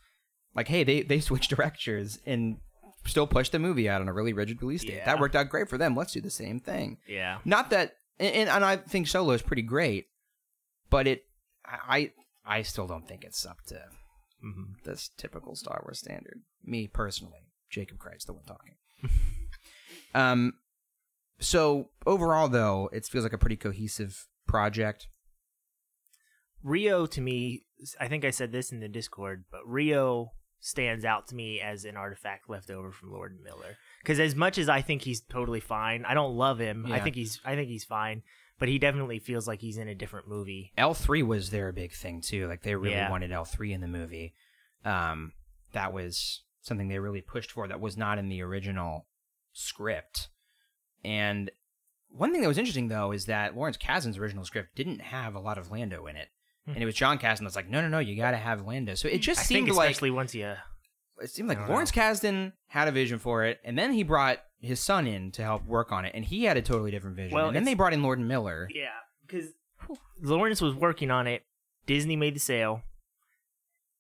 [SPEAKER 2] Like, hey, they they switched directors and still pushed the movie out on a really rigid release date.
[SPEAKER 3] Yeah.
[SPEAKER 2] That worked out great for them. Let's do the same thing.
[SPEAKER 3] Yeah.
[SPEAKER 2] Not that, and, and I think Solo is pretty great, but it, I I I still don't think it's up to this typical Star Wars standard. Me personally, Jacob Christ, the one talking. um, so overall, though, it feels like a pretty cohesive project.
[SPEAKER 3] Rio to me, I think I said this in the Discord, but Rio stands out to me as an artifact left over from Lord and Miller. Because as much as I think he's totally fine, I don't love him. I
[SPEAKER 2] Yeah.
[SPEAKER 3] think he's I think he's fine, but he definitely feels like he's in a different movie.
[SPEAKER 2] L three was their big thing too. Like they really
[SPEAKER 3] Yeah.
[SPEAKER 2] wanted L three in the movie. Um, that was something they really pushed for. That was not in the original script. And one thing that was interesting though is that Lawrence Kasdan's original script didn't have a lot of Lando in it. And it was John Kasdan that's like, no, no, no, you got to have Lando. So it just
[SPEAKER 3] Hmm. I
[SPEAKER 2] seemed
[SPEAKER 3] think
[SPEAKER 2] like
[SPEAKER 3] especially once you
[SPEAKER 2] it seemed like
[SPEAKER 3] don't
[SPEAKER 2] Lawrence Kasdan had a vision for it, and then he brought his son in to help work on it, and he had a totally different vision.
[SPEAKER 3] Well,
[SPEAKER 2] and then
[SPEAKER 3] it's-
[SPEAKER 2] they brought in Lord and Miller.
[SPEAKER 3] Yeah, because Lawrence was working on it. Disney made the sale,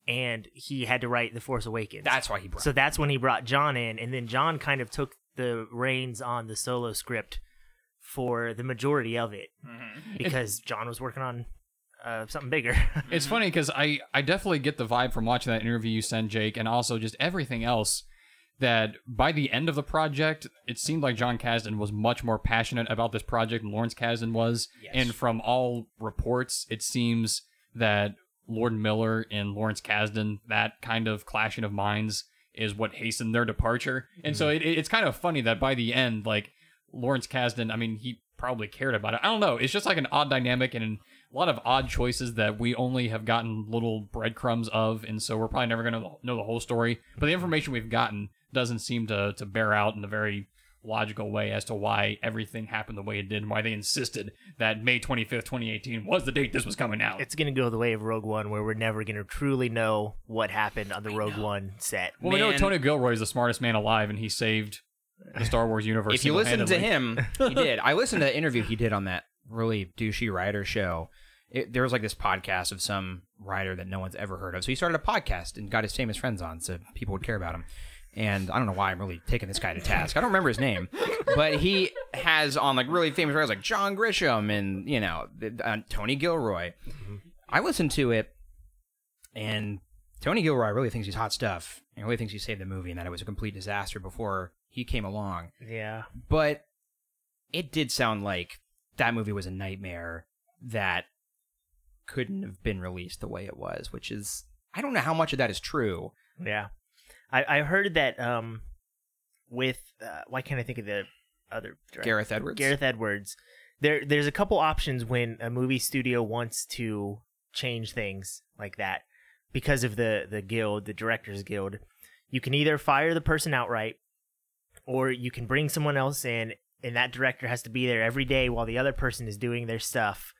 [SPEAKER 3] and he had to write The Force Awakens.
[SPEAKER 2] That's why he brought.
[SPEAKER 3] so that's when he brought John in, and then John kind of took the reins on the solo script for the majority of it because John was working on uh, something bigger.
[SPEAKER 5] It's funny because I, I definitely get the vibe from watching that interview you sent, Jake, and also just everything else that by the end of the project, it seemed like John Kasdan was much more passionate about this project than Lawrence Kasdan was.
[SPEAKER 2] Yes.
[SPEAKER 5] And from all reports, it seems that Lord Miller and Lawrence Kasdan, that kind of clashing of minds, is what hastened their departure. And so it, it- it's kind of funny that by the end, like Lawrence Kasdan, I mean, he probably cared about it. I don't know. It's just like an odd dynamic and a lot of odd choices that we only have gotten little breadcrumbs of, and so we're probably never going to know the whole story. But the information we've gotten doesn't seem to to bear out in a very logical way as to why everything happened the way it did and why they insisted that May 25th, 2018 was the date this was coming out.
[SPEAKER 3] it's gonna go the way of Rogue One, where we're never gonna truly know what happened on the Rogue One set.
[SPEAKER 5] well, we know
[SPEAKER 2] Man.
[SPEAKER 5] Tony Gilroy is the smartest man alive, and he saved the Star Wars universe.
[SPEAKER 2] if you listen to
[SPEAKER 5] single-handedly.
[SPEAKER 2] him, he did. I listened to the interview he did on that really douchey writer show. It, there was like this podcast of some writer that no one's ever heard of. So he started a podcast and got his famous friends on, so people would care about him. And I don't know why I'm really taking this guy to task. I don't remember his name, but he has on like really famous writers like John Grisham and you know th- uh, Tony Gilroy.
[SPEAKER 5] Mm-hmm.
[SPEAKER 2] I listened to it, and Tony Gilroy really thinks he's hot stuff, and really thinks he saved the movie, and that it was a complete disaster before he came along
[SPEAKER 3] yeah,
[SPEAKER 2] but it did sound like that movie was a nightmare that couldn't have been released the way it was, which is I don't know how much of that is true.
[SPEAKER 3] Yeah, I, I heard that um, with uh, why can't I think of the other director?
[SPEAKER 2] Gareth Edwards.
[SPEAKER 3] Gareth Edwards. There, there's a couple options when a movie studio wants to change things like that because of the the guild, the directors guild. You can either fire the person outright, or you can bring someone else in, and that director has to be there every day while the other person is doing their stuff,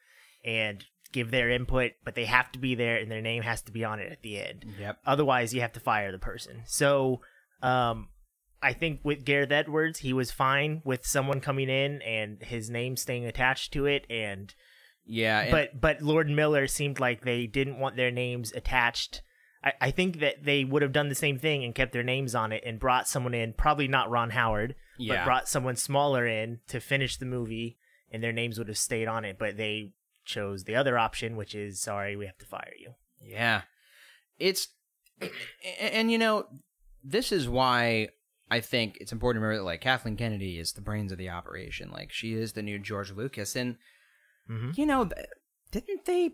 [SPEAKER 3] and give their input, but they have to be there and their name has to be on it at the end.
[SPEAKER 2] Yep.
[SPEAKER 3] Otherwise, you have to fire the person. So, um, I think with Gareth Edwards, he was fine with someone coming in and his name staying attached to it. And
[SPEAKER 2] Yeah. and-
[SPEAKER 3] but but Lord Miller seemed like they didn't want their names attached. I, I think that they would have done the same thing and kept their names on it and brought someone in, probably not Ron Howard,
[SPEAKER 2] Yeah.
[SPEAKER 3] but brought someone smaller in to finish the movie, and their names would have stayed on it. But they chose the other option, which is sorry, we have to fire you.
[SPEAKER 2] Yeah. It's and, and you know, this is why I think it's important to remember that like Kathleen Kennedy is the brains of the operation. Like she is the new George Lucas and
[SPEAKER 3] Mhm.
[SPEAKER 2] you know, th- didn't they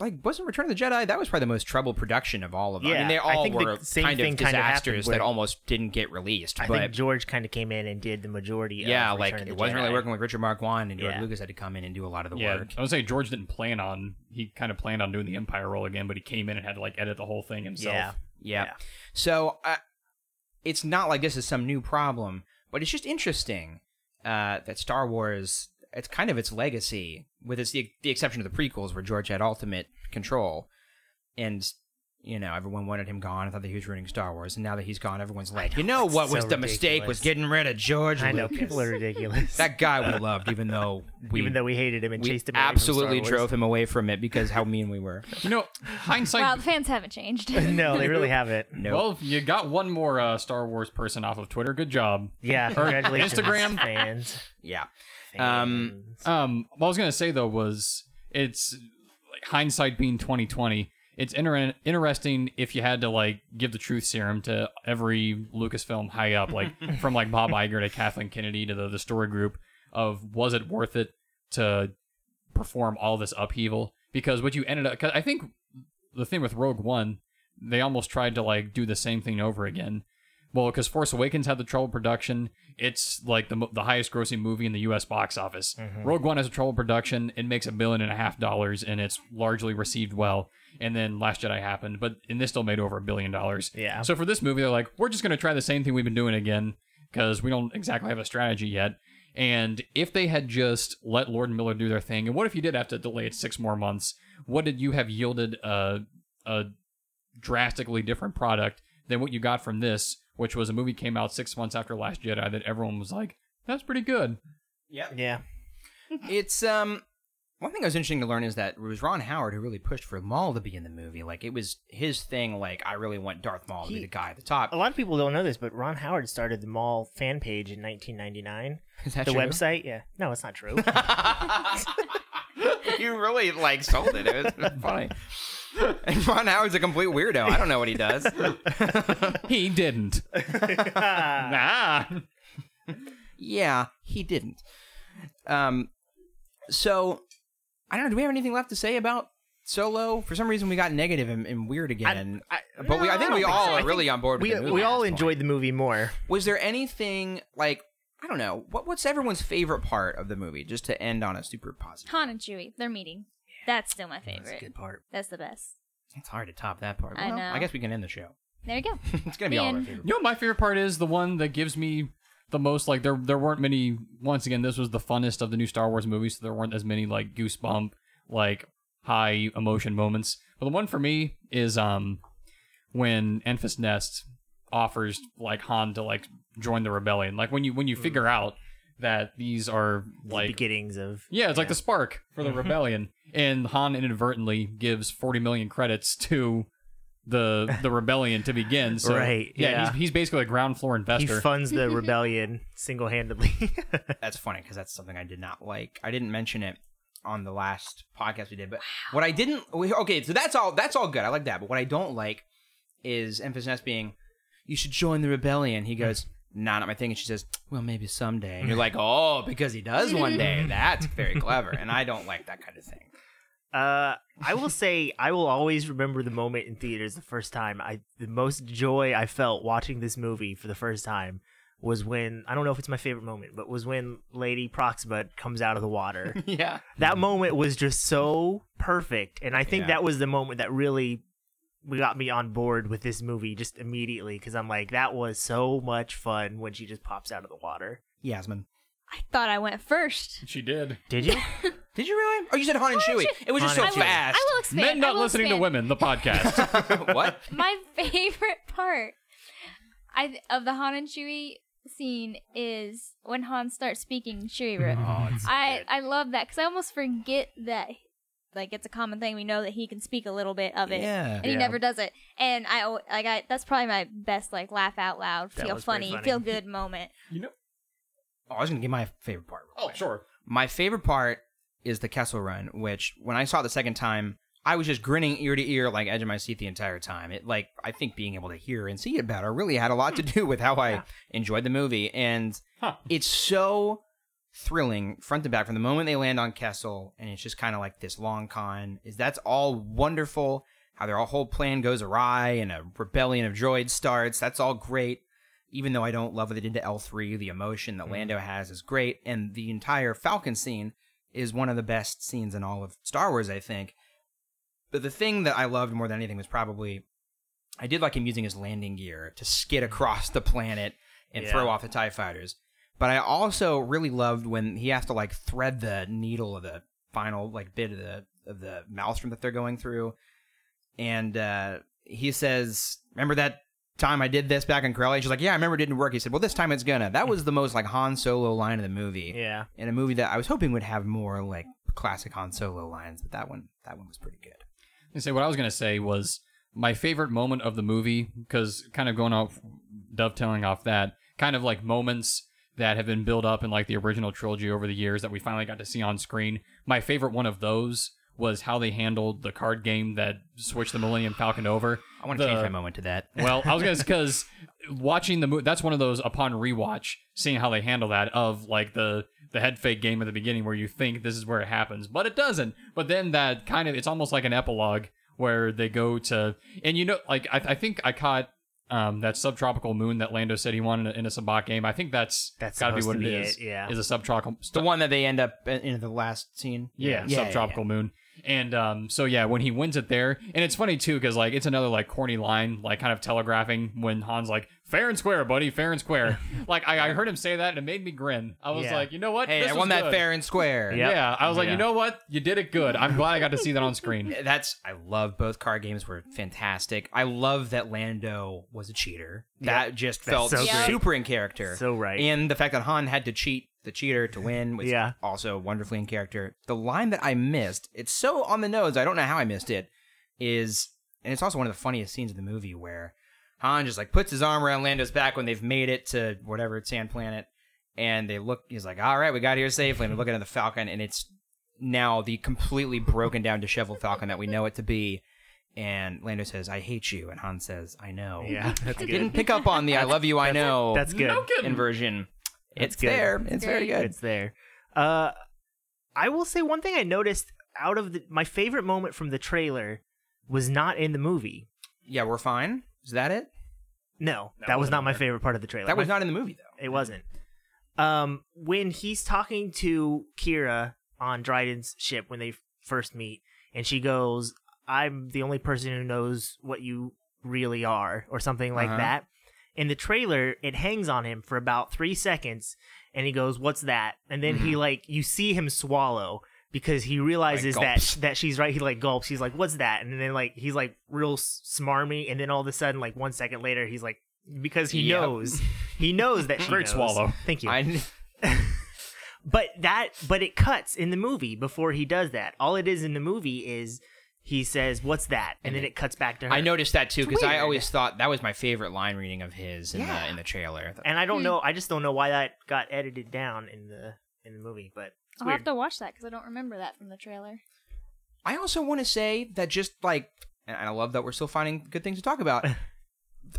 [SPEAKER 2] like wasn't Return of the Jedi that was probably the most troubled production of all of them. I mean
[SPEAKER 3] Yeah,
[SPEAKER 2] they
[SPEAKER 3] I
[SPEAKER 2] all
[SPEAKER 3] think the
[SPEAKER 2] were
[SPEAKER 3] same
[SPEAKER 2] kind of
[SPEAKER 3] thing kinda happened
[SPEAKER 2] disasters
[SPEAKER 3] where-
[SPEAKER 2] that almost didn't get released.
[SPEAKER 3] I
[SPEAKER 2] but
[SPEAKER 3] think George kind of came in and did the majority.
[SPEAKER 2] yeah,
[SPEAKER 3] of
[SPEAKER 2] like
[SPEAKER 3] Return of
[SPEAKER 2] it
[SPEAKER 3] the
[SPEAKER 2] wasn't really
[SPEAKER 3] Jedi.
[SPEAKER 2] working with Richard Marquand and George
[SPEAKER 3] Yeah.
[SPEAKER 2] Lucas had to come in and do a lot of the
[SPEAKER 5] yeah,
[SPEAKER 2] work.
[SPEAKER 5] I would say George didn't plan on. He kind of planned on doing the Empire role again, but he came in and had to like edit the whole thing himself.
[SPEAKER 3] Yeah,
[SPEAKER 2] Yeah.
[SPEAKER 3] Yeah.
[SPEAKER 2] So I it's not like this is some new problem, but it's just interesting uh, that Star Wars. It's kind of its legacy, with its, the, the exception of the prequels, where George had ultimate control, and you know everyone wanted him gone. I thought that he was ruining Star Wars, and now that he's gone, everyone's like, you know
[SPEAKER 3] it's
[SPEAKER 2] what was
[SPEAKER 3] so
[SPEAKER 2] the mistake was
[SPEAKER 3] ridiculous.
[SPEAKER 2] getting rid of George.
[SPEAKER 3] I know
[SPEAKER 2] Lucas."
[SPEAKER 3] people are ridiculous.
[SPEAKER 2] that guy we loved, even though we
[SPEAKER 3] Even though we hated him and
[SPEAKER 2] we
[SPEAKER 3] chased him, away from Star
[SPEAKER 2] absolutely
[SPEAKER 3] Wars.
[SPEAKER 2] drove him away from it because how mean we were.
[SPEAKER 5] You know, hindsight.
[SPEAKER 4] Wow, the fans haven't changed.
[SPEAKER 3] no, they really haven't.
[SPEAKER 2] No,
[SPEAKER 5] Well, you got one more uh, Star Wars person off of Twitter. Good job.
[SPEAKER 3] Yeah, congratulations,
[SPEAKER 5] Instagram.
[SPEAKER 3] fans.
[SPEAKER 2] yeah, Um,
[SPEAKER 3] Fans.
[SPEAKER 5] Um, what I was gonna say though was it's like hindsight being twenty twenty. It's inter- interesting if you had to like give the truth serum to every Lucasfilm high up, like from like Bob Iger to Kathleen Kennedy to the, the story group of was it worth it to perform all this upheaval? Because what you ended up, cause I think the thing with Rogue One, they almost tried to like do the same thing over again. Well, because Force Awakens had the trouble production, it's like the mo- the highest grossing movie in the U.S. box office. Rogue One has a trouble production; it makes a billion and a half dollars, and it's largely received well. And then Last Jedi happened, but and this still made over a billion dollars.
[SPEAKER 3] Yeah.
[SPEAKER 5] So for this movie, they're like, we're just gonna try the same thing we've been doing again because we don't exactly have a strategy yet. And if they had just let Lord and Miller do their thing, and what if you did have to delay it six more months? What did you have yielded uh, a a drastically different product than what you got from this, which was a movie came out six months after Last Jedi that everyone was like, "That's pretty good."
[SPEAKER 3] yeah,
[SPEAKER 2] it's um one thing that was interesting to learn is that it was Ron Howard who really pushed for Maul to be in the movie. Like it was his thing. Like I really want Darth Maul to be
[SPEAKER 3] He-
[SPEAKER 2] the guy at the top.
[SPEAKER 3] a lot of people don't know this, but Ron Howard started the Mall fan page in 1999.
[SPEAKER 2] Is that
[SPEAKER 3] the
[SPEAKER 2] true?
[SPEAKER 3] website, yeah. No, it's not true.
[SPEAKER 2] you really like sold it. It was funny. And Ron Howard's a complete weirdo. I don't know what he does.
[SPEAKER 5] He didn't. nah.
[SPEAKER 2] yeah, he didn't. Um, so I don't know. Do we have anything left to say about Solo? For some reason, we got negative and, and weird again.
[SPEAKER 3] I-
[SPEAKER 2] but we,
[SPEAKER 3] no,
[SPEAKER 2] I
[SPEAKER 3] I
[SPEAKER 2] think
[SPEAKER 3] don't
[SPEAKER 2] we
[SPEAKER 3] think
[SPEAKER 2] all
[SPEAKER 3] so. I
[SPEAKER 2] are
[SPEAKER 3] think
[SPEAKER 2] really on board. with
[SPEAKER 3] we
[SPEAKER 2] the movie
[SPEAKER 3] we
[SPEAKER 2] at
[SPEAKER 3] all
[SPEAKER 2] this point.
[SPEAKER 3] enjoyed the movie more.
[SPEAKER 2] Was there anything like I don't know what what's everyone's favorite part of the movie? Just to end on a super positive.
[SPEAKER 4] Han and Chewie, they're meeting. That's still my favorite.
[SPEAKER 3] That's a good part.
[SPEAKER 4] That's the best.
[SPEAKER 2] It's hard to top that part.
[SPEAKER 4] I
[SPEAKER 2] well,
[SPEAKER 4] know.
[SPEAKER 2] I guess we can end the show.
[SPEAKER 4] There you go.
[SPEAKER 2] it's gonna be all of our
[SPEAKER 4] Man.
[SPEAKER 2] favorite.
[SPEAKER 5] You know, what my favorite part is the one that gives me the most. Like there, there weren't many. Once again, this was the funnest of the new Star Wars movies, so there weren't as many like goosebump, like high emotion moments. But the one for me is um when Enfys Nest offers like Han to like join the rebellion. Like when you when you figure out that these are
[SPEAKER 3] the
[SPEAKER 5] like
[SPEAKER 3] beginnings of
[SPEAKER 5] yeah, it's like the spark for the rebellion, and Han inadvertently gives forty million credits to the the rebellion to begin. So,
[SPEAKER 3] Right, yeah.
[SPEAKER 5] He's, he's basically a ground floor
[SPEAKER 3] he
[SPEAKER 5] investor.
[SPEAKER 3] funds the rebellion single handedly.
[SPEAKER 2] That's funny because that's something I did not like. I didn't mention it on the last podcast we did, but what I didn't we- okay, so that's all that's all good. I like that, but what I don't like is Emphas Nest being, you should join the rebellion. He goes. Nah, not my thing. And she says, "Well, maybe someday." And you're like, "Oh, because he does one day." That's very clever, and I don't like that kind of thing.
[SPEAKER 3] Uh, I will say I will always remember the moment in theaters the first time. I the most joy I felt watching this movie for the first time was when I don't know if it's my favorite moment, but was when Lady Proxima comes out of the water.
[SPEAKER 2] Yeah,
[SPEAKER 3] that moment was just so perfect, and I think
[SPEAKER 2] Yeah.
[SPEAKER 3] that was the moment that really got me on board with this movie just immediately because I'm like, that was so much fun when she just pops out of the water.
[SPEAKER 2] Yasmin.
[SPEAKER 4] I thought I went first.
[SPEAKER 5] she did.
[SPEAKER 3] Did you?
[SPEAKER 2] Did you really? Oh, you said Han and
[SPEAKER 4] Han and
[SPEAKER 2] Chewie.
[SPEAKER 4] Chewie.
[SPEAKER 2] It was just so
[SPEAKER 3] Han and Chewie.
[SPEAKER 2] fast.
[SPEAKER 4] I will expand.
[SPEAKER 5] Men
[SPEAKER 4] I
[SPEAKER 5] not
[SPEAKER 4] will
[SPEAKER 5] listening to
[SPEAKER 4] expand.
[SPEAKER 5] women, the podcast.
[SPEAKER 2] what?
[SPEAKER 4] My favorite part I, of the Han and Chewie scene is when Han starts speaking Chewie. Rip. I I love that because I almost forget that like it's a common thing. We know that he can speak a little bit of it,
[SPEAKER 2] Yeah.
[SPEAKER 4] and he never does it. And I al- like I that's probably my best like laugh out loud,
[SPEAKER 3] That
[SPEAKER 4] feel
[SPEAKER 3] was pretty
[SPEAKER 4] funny,
[SPEAKER 3] funny.
[SPEAKER 4] feel good moment.
[SPEAKER 5] you know?
[SPEAKER 2] Oh, I was gonna give my favorite part. real
[SPEAKER 5] Oh,
[SPEAKER 2] quick.
[SPEAKER 5] sure.
[SPEAKER 2] My favorite part is the Kessel Run, which when I saw it the second time, I was just grinning ear to ear, like edge of my seat the entire time. It like I think being able to hear and see it better really had a lot to do with how I enjoyed the movie, and
[SPEAKER 5] Huh.
[SPEAKER 2] it's so thrilling front to back from the moment they land on Kessel, and it's just kind of like this long con. Is that's all wonderful? How their whole plan goes awry and a rebellion of droids starts. That's all great. Even though I don't love what they did to L three, the emotion that Lando has is great, and the entire Falcon scene is one of the best scenes in all of Star Wars, I think. But the thing that I loved more than anything was probably I did like him using his landing gear to skid across the planet and
[SPEAKER 3] Yeah.
[SPEAKER 2] throw off the TIE fighters. But I also really loved when he has to like thread the needle of the final like bit of the of the maelstrom that they're going through. And uh he says, Remember that time I did this back in Corelli? She's like, Yeah, I remember it didn't work. He said, Well this time it's gonna. That was the most like Han Solo line of the movie
[SPEAKER 3] Yeah.
[SPEAKER 2] in a movie that I was hoping would have more like classic Han Solo lines, but that one that one was pretty good.
[SPEAKER 5] And say what I was gonna say was my favorite moment of the movie because kind of going off dovetailing off that kind of like moments that have been built up in like the original trilogy over the years that we finally got to see on screen. My favorite one of those was how they handled the card game that switched the Millennium Falcon over.
[SPEAKER 2] I want to
[SPEAKER 5] The-
[SPEAKER 2] change my moment to that.
[SPEAKER 5] Well, I was gonna because watching the movie, that's one of those upon rewatch, seeing how they handle that of like the the head fake game at the beginning where you think this is where it happens, but it doesn't. But then that kind of it's almost like an epilogue where they go to and you know like I, I think I caught um that subtropical moon that Lando said he wanted in a Sabak game. I think that's
[SPEAKER 3] That's
[SPEAKER 5] gotta be
[SPEAKER 3] supposed
[SPEAKER 5] what
[SPEAKER 3] to
[SPEAKER 5] it
[SPEAKER 3] be
[SPEAKER 5] is.
[SPEAKER 3] it, yeah.
[SPEAKER 5] is a subtropical
[SPEAKER 2] the one that they end up in- in the last scene.
[SPEAKER 5] yeah, subtropical moon and um so yeah when he wins it there and it's funny too because like it's another like corny line like kind of telegraphing when han's like fair and square buddy fair and square like I, I heard him say that and it made me grin i was
[SPEAKER 3] Yeah.
[SPEAKER 5] like you know what
[SPEAKER 2] Hey,
[SPEAKER 5] This
[SPEAKER 2] I
[SPEAKER 5] was
[SPEAKER 2] won that
[SPEAKER 5] good.
[SPEAKER 2] fair and square.
[SPEAKER 3] Yep.
[SPEAKER 5] yeah i was like
[SPEAKER 3] Yeah.
[SPEAKER 5] you know what you did it good i'm glad i got to see that on screen
[SPEAKER 2] That's I love both card games were fantastic. I love that Lando was a cheater. That just felt
[SPEAKER 3] so
[SPEAKER 4] great.
[SPEAKER 2] super in character.
[SPEAKER 3] So right.
[SPEAKER 2] And the fact that Han had to cheat the cheater to win was
[SPEAKER 3] Yeah.
[SPEAKER 2] also wonderfully in character. The line that I missed, it's so on the nose, I don't know how I missed it, is and it's also one of the funniest scenes of the movie where Han just like puts his arm around Lando's back when they've made it to whatever sand planet and they look he's like, All right, we got here safely and they're looking at the Falcon and it's now the completely broken down disheveled Falcon that we know it to be. And Lando says, I hate you. And Han says, I know.
[SPEAKER 3] Yeah, that's
[SPEAKER 2] I
[SPEAKER 3] good.
[SPEAKER 2] didn't pick up on the I love you, I know
[SPEAKER 3] That's good.
[SPEAKER 5] no kidding
[SPEAKER 2] inversion. It's
[SPEAKER 3] That's good.
[SPEAKER 2] there. It's very
[SPEAKER 4] great.
[SPEAKER 2] good.
[SPEAKER 3] It's there. Uh, I will say one thing I noticed out of the, my favorite moment from the trailer was not in the movie.
[SPEAKER 2] yeah, we're fine. Is that it?
[SPEAKER 3] No, that was
[SPEAKER 2] wasn't
[SPEAKER 3] not my
[SPEAKER 2] there.
[SPEAKER 3] favorite part of the trailer.
[SPEAKER 2] That was
[SPEAKER 3] My-
[SPEAKER 2] not in the movie though.
[SPEAKER 3] It wasn't. Um, when he's talking to Kira on Dryden's ship when they f- first meet, and she goes, "I'm the only person who knows what you really are," or something like
[SPEAKER 2] Uh-huh.
[SPEAKER 3] that. In the trailer, it hangs on him for about three seconds, and he goes, "What's that?" And then
[SPEAKER 2] Mm-hmm.
[SPEAKER 3] he like you see him swallow because he realizes that
[SPEAKER 2] gulps.
[SPEAKER 3] that she's right. He like gulps. He's like, "What's that?" And then like he's like real s- smarmy, and then all of a sudden, like one second later, he's like because he
[SPEAKER 2] Yep.
[SPEAKER 3] knows he knows that she
[SPEAKER 5] Great
[SPEAKER 3] knows.
[SPEAKER 5] swallow.
[SPEAKER 3] Thank you.
[SPEAKER 2] I,
[SPEAKER 3] But that but it cuts in the movie before he does that. All it is in the movie is he says, "What's that?" and then it cuts back to her.
[SPEAKER 2] I noticed that too because I
[SPEAKER 3] weird.
[SPEAKER 2] always thought that was my favorite line reading of his in
[SPEAKER 3] Yeah.
[SPEAKER 2] the in the trailer.
[SPEAKER 3] And
[SPEAKER 4] Hmm.
[SPEAKER 3] I don't know. I just don't know why that got edited down in the in the movie. But it's
[SPEAKER 4] I'll
[SPEAKER 3] weird.
[SPEAKER 4] have to watch that because I don't remember that from the trailer.
[SPEAKER 2] I also want to say that just like, and I love that we're still finding good things to talk about.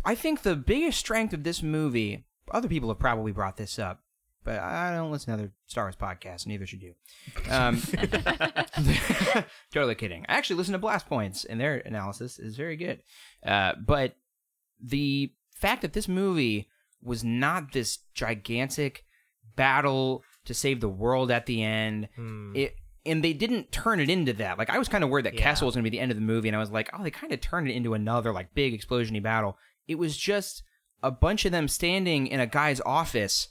[SPEAKER 2] I think the biggest strength of this movie, other people have probably brought this up, but I don't listen to other Star Wars podcasts, neither should you. Um, totally kidding. I actually listen to Blast Points, and their analysis is very good. Uh, but the fact that this movie was not this gigantic battle to save the world at the end, it and they didn't turn it into that. Like I was kind of worried that
[SPEAKER 3] Yeah.
[SPEAKER 2] Castle was going to be the end of the movie, and I was like, oh, they kind of turned it into another like big explosiony battle. It was just a bunch of them standing in a guy's office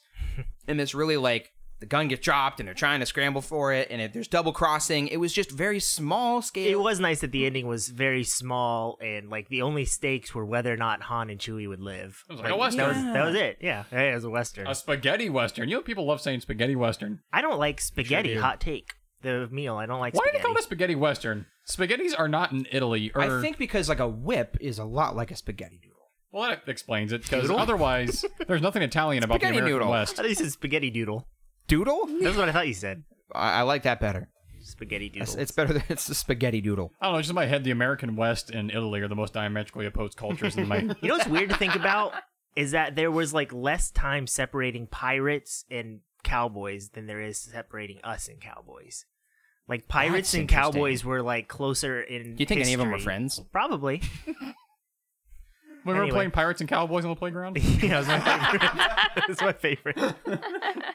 [SPEAKER 2] in this really like the gun gets dropped and they're trying to scramble for it and it, there's double crossing. It was just very small scale.
[SPEAKER 3] It was nice that the ending was very small and like the only stakes were whether or not Han and Chewie would live.
[SPEAKER 5] It was like a Western.
[SPEAKER 3] That was, that was it. Yeah, Hey, it was a western.
[SPEAKER 5] A spaghetti western. You know, people love saying spaghetti western.
[SPEAKER 3] I don't like spaghetti.
[SPEAKER 5] do.
[SPEAKER 3] hot take. The meal. I don't like.
[SPEAKER 5] Why do
[SPEAKER 3] spaghetti.
[SPEAKER 5] they call it a spaghetti western? Spaghettis are not in Italy. Or,
[SPEAKER 2] I think because like a whip is a lot like a spaghetti noodle.
[SPEAKER 5] Well, that explains it because otherwise, there's nothing Italian about the
[SPEAKER 2] Spaghetti
[SPEAKER 5] American
[SPEAKER 2] noodle.
[SPEAKER 3] I
[SPEAKER 5] West.
[SPEAKER 3] thought you said spaghetti doodle.
[SPEAKER 2] Doodle?
[SPEAKER 3] That's what I thought you said.
[SPEAKER 2] I, I like that better.
[SPEAKER 3] Spaghetti doodle.
[SPEAKER 2] It's, it's better than it's a spaghetti doodle.
[SPEAKER 5] I don't know. Just in my head, the American West and Italy are the most diametrically opposed cultures in my.
[SPEAKER 3] you know what's weird to think about is that there was like less time separating pirates and cowboys than there is separating us and cowboys. Like
[SPEAKER 2] That's
[SPEAKER 3] pirates and
[SPEAKER 2] interesting.
[SPEAKER 3] cowboys were like closer in.
[SPEAKER 2] Do you think any of them were
[SPEAKER 3] history.
[SPEAKER 2] friends?
[SPEAKER 3] Probably.
[SPEAKER 5] When we were
[SPEAKER 3] Anyway.
[SPEAKER 5] playing pirates and cowboys on the playground.
[SPEAKER 3] yeah, that's my favorite. that's my favorite.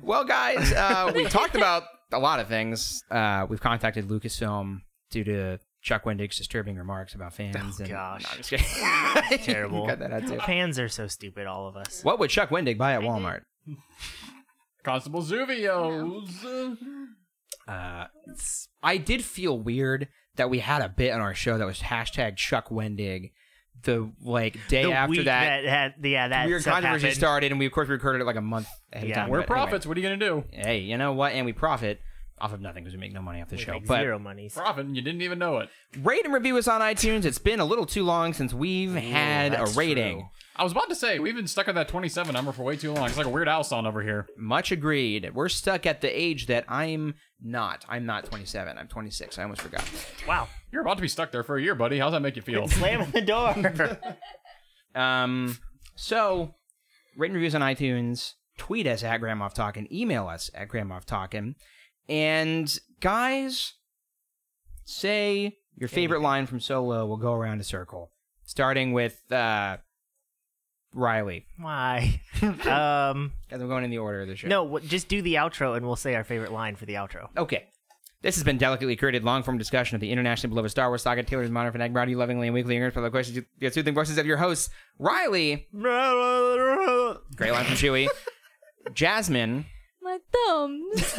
[SPEAKER 2] Well, guys, uh, we talked about a lot of things. Uh, we've contacted Lucasfilm due to Chuck Wendig's disturbing remarks about fans.
[SPEAKER 3] Oh,
[SPEAKER 2] and,
[SPEAKER 3] gosh.
[SPEAKER 2] No, I'm just kidding.
[SPEAKER 3] Terrible.
[SPEAKER 2] You got that out too.
[SPEAKER 3] Fans are so stupid, all of us.
[SPEAKER 2] What would Chuck Wendig buy at Walmart?
[SPEAKER 5] Constable Zuvio's.
[SPEAKER 2] Uh, it's- I did feel weird that we had a bit on our show that was hashtag Chuck Wendig. The like day
[SPEAKER 3] The
[SPEAKER 2] after
[SPEAKER 3] week
[SPEAKER 2] that,
[SPEAKER 3] had- yeah, that
[SPEAKER 2] weird
[SPEAKER 3] stuff
[SPEAKER 2] controversy
[SPEAKER 3] happened.
[SPEAKER 2] started, and we of course recorded it like a month ahead
[SPEAKER 3] Yeah.
[SPEAKER 2] of time.
[SPEAKER 5] We're
[SPEAKER 2] but anyway.
[SPEAKER 5] profits. What are you gonna do?
[SPEAKER 2] Hey, you know what? And we profit off of nothing because we make no money off the
[SPEAKER 3] We
[SPEAKER 2] show.
[SPEAKER 3] make
[SPEAKER 2] But
[SPEAKER 3] zero monies.
[SPEAKER 5] Profit. and You didn't even know it.
[SPEAKER 2] rate and review us on iTunes. It's been a little too long since we've had a
[SPEAKER 3] that's
[SPEAKER 2] rating.
[SPEAKER 3] true.
[SPEAKER 5] I was about to say we've been stuck on that 27 number for way too long. It's like a weird house on over here.
[SPEAKER 2] Much agreed. We're stuck at the age that I'm not. I'm not 27. I'm 26. I almost forgot.
[SPEAKER 3] Wow.
[SPEAKER 5] You're about to be stuck there for a year, buddy. How's that make you feel?
[SPEAKER 3] Slam the door.
[SPEAKER 2] Um, so rate and reviews on iTunes. Tweet us at Grand Moff Talkin. Email us at Grand Moff Talkin. And guys, say your favorite line from Solo. We'll go around a circle, starting with uh, Riley.
[SPEAKER 3] Why? um,
[SPEAKER 2] Because I'm going in the order of the show.
[SPEAKER 3] no, w- just do the outro and we'll say our favorite line for the outro.
[SPEAKER 2] Okay. This has been delicately created long form discussion of the internationally beloved Star Wars saga. Taylor's modern fanatic brought to you lovingly and weekly earnest for the questions, the soothing voices of your hosts, Riley, great line from Chewie, Jasmine,
[SPEAKER 4] My thumbs.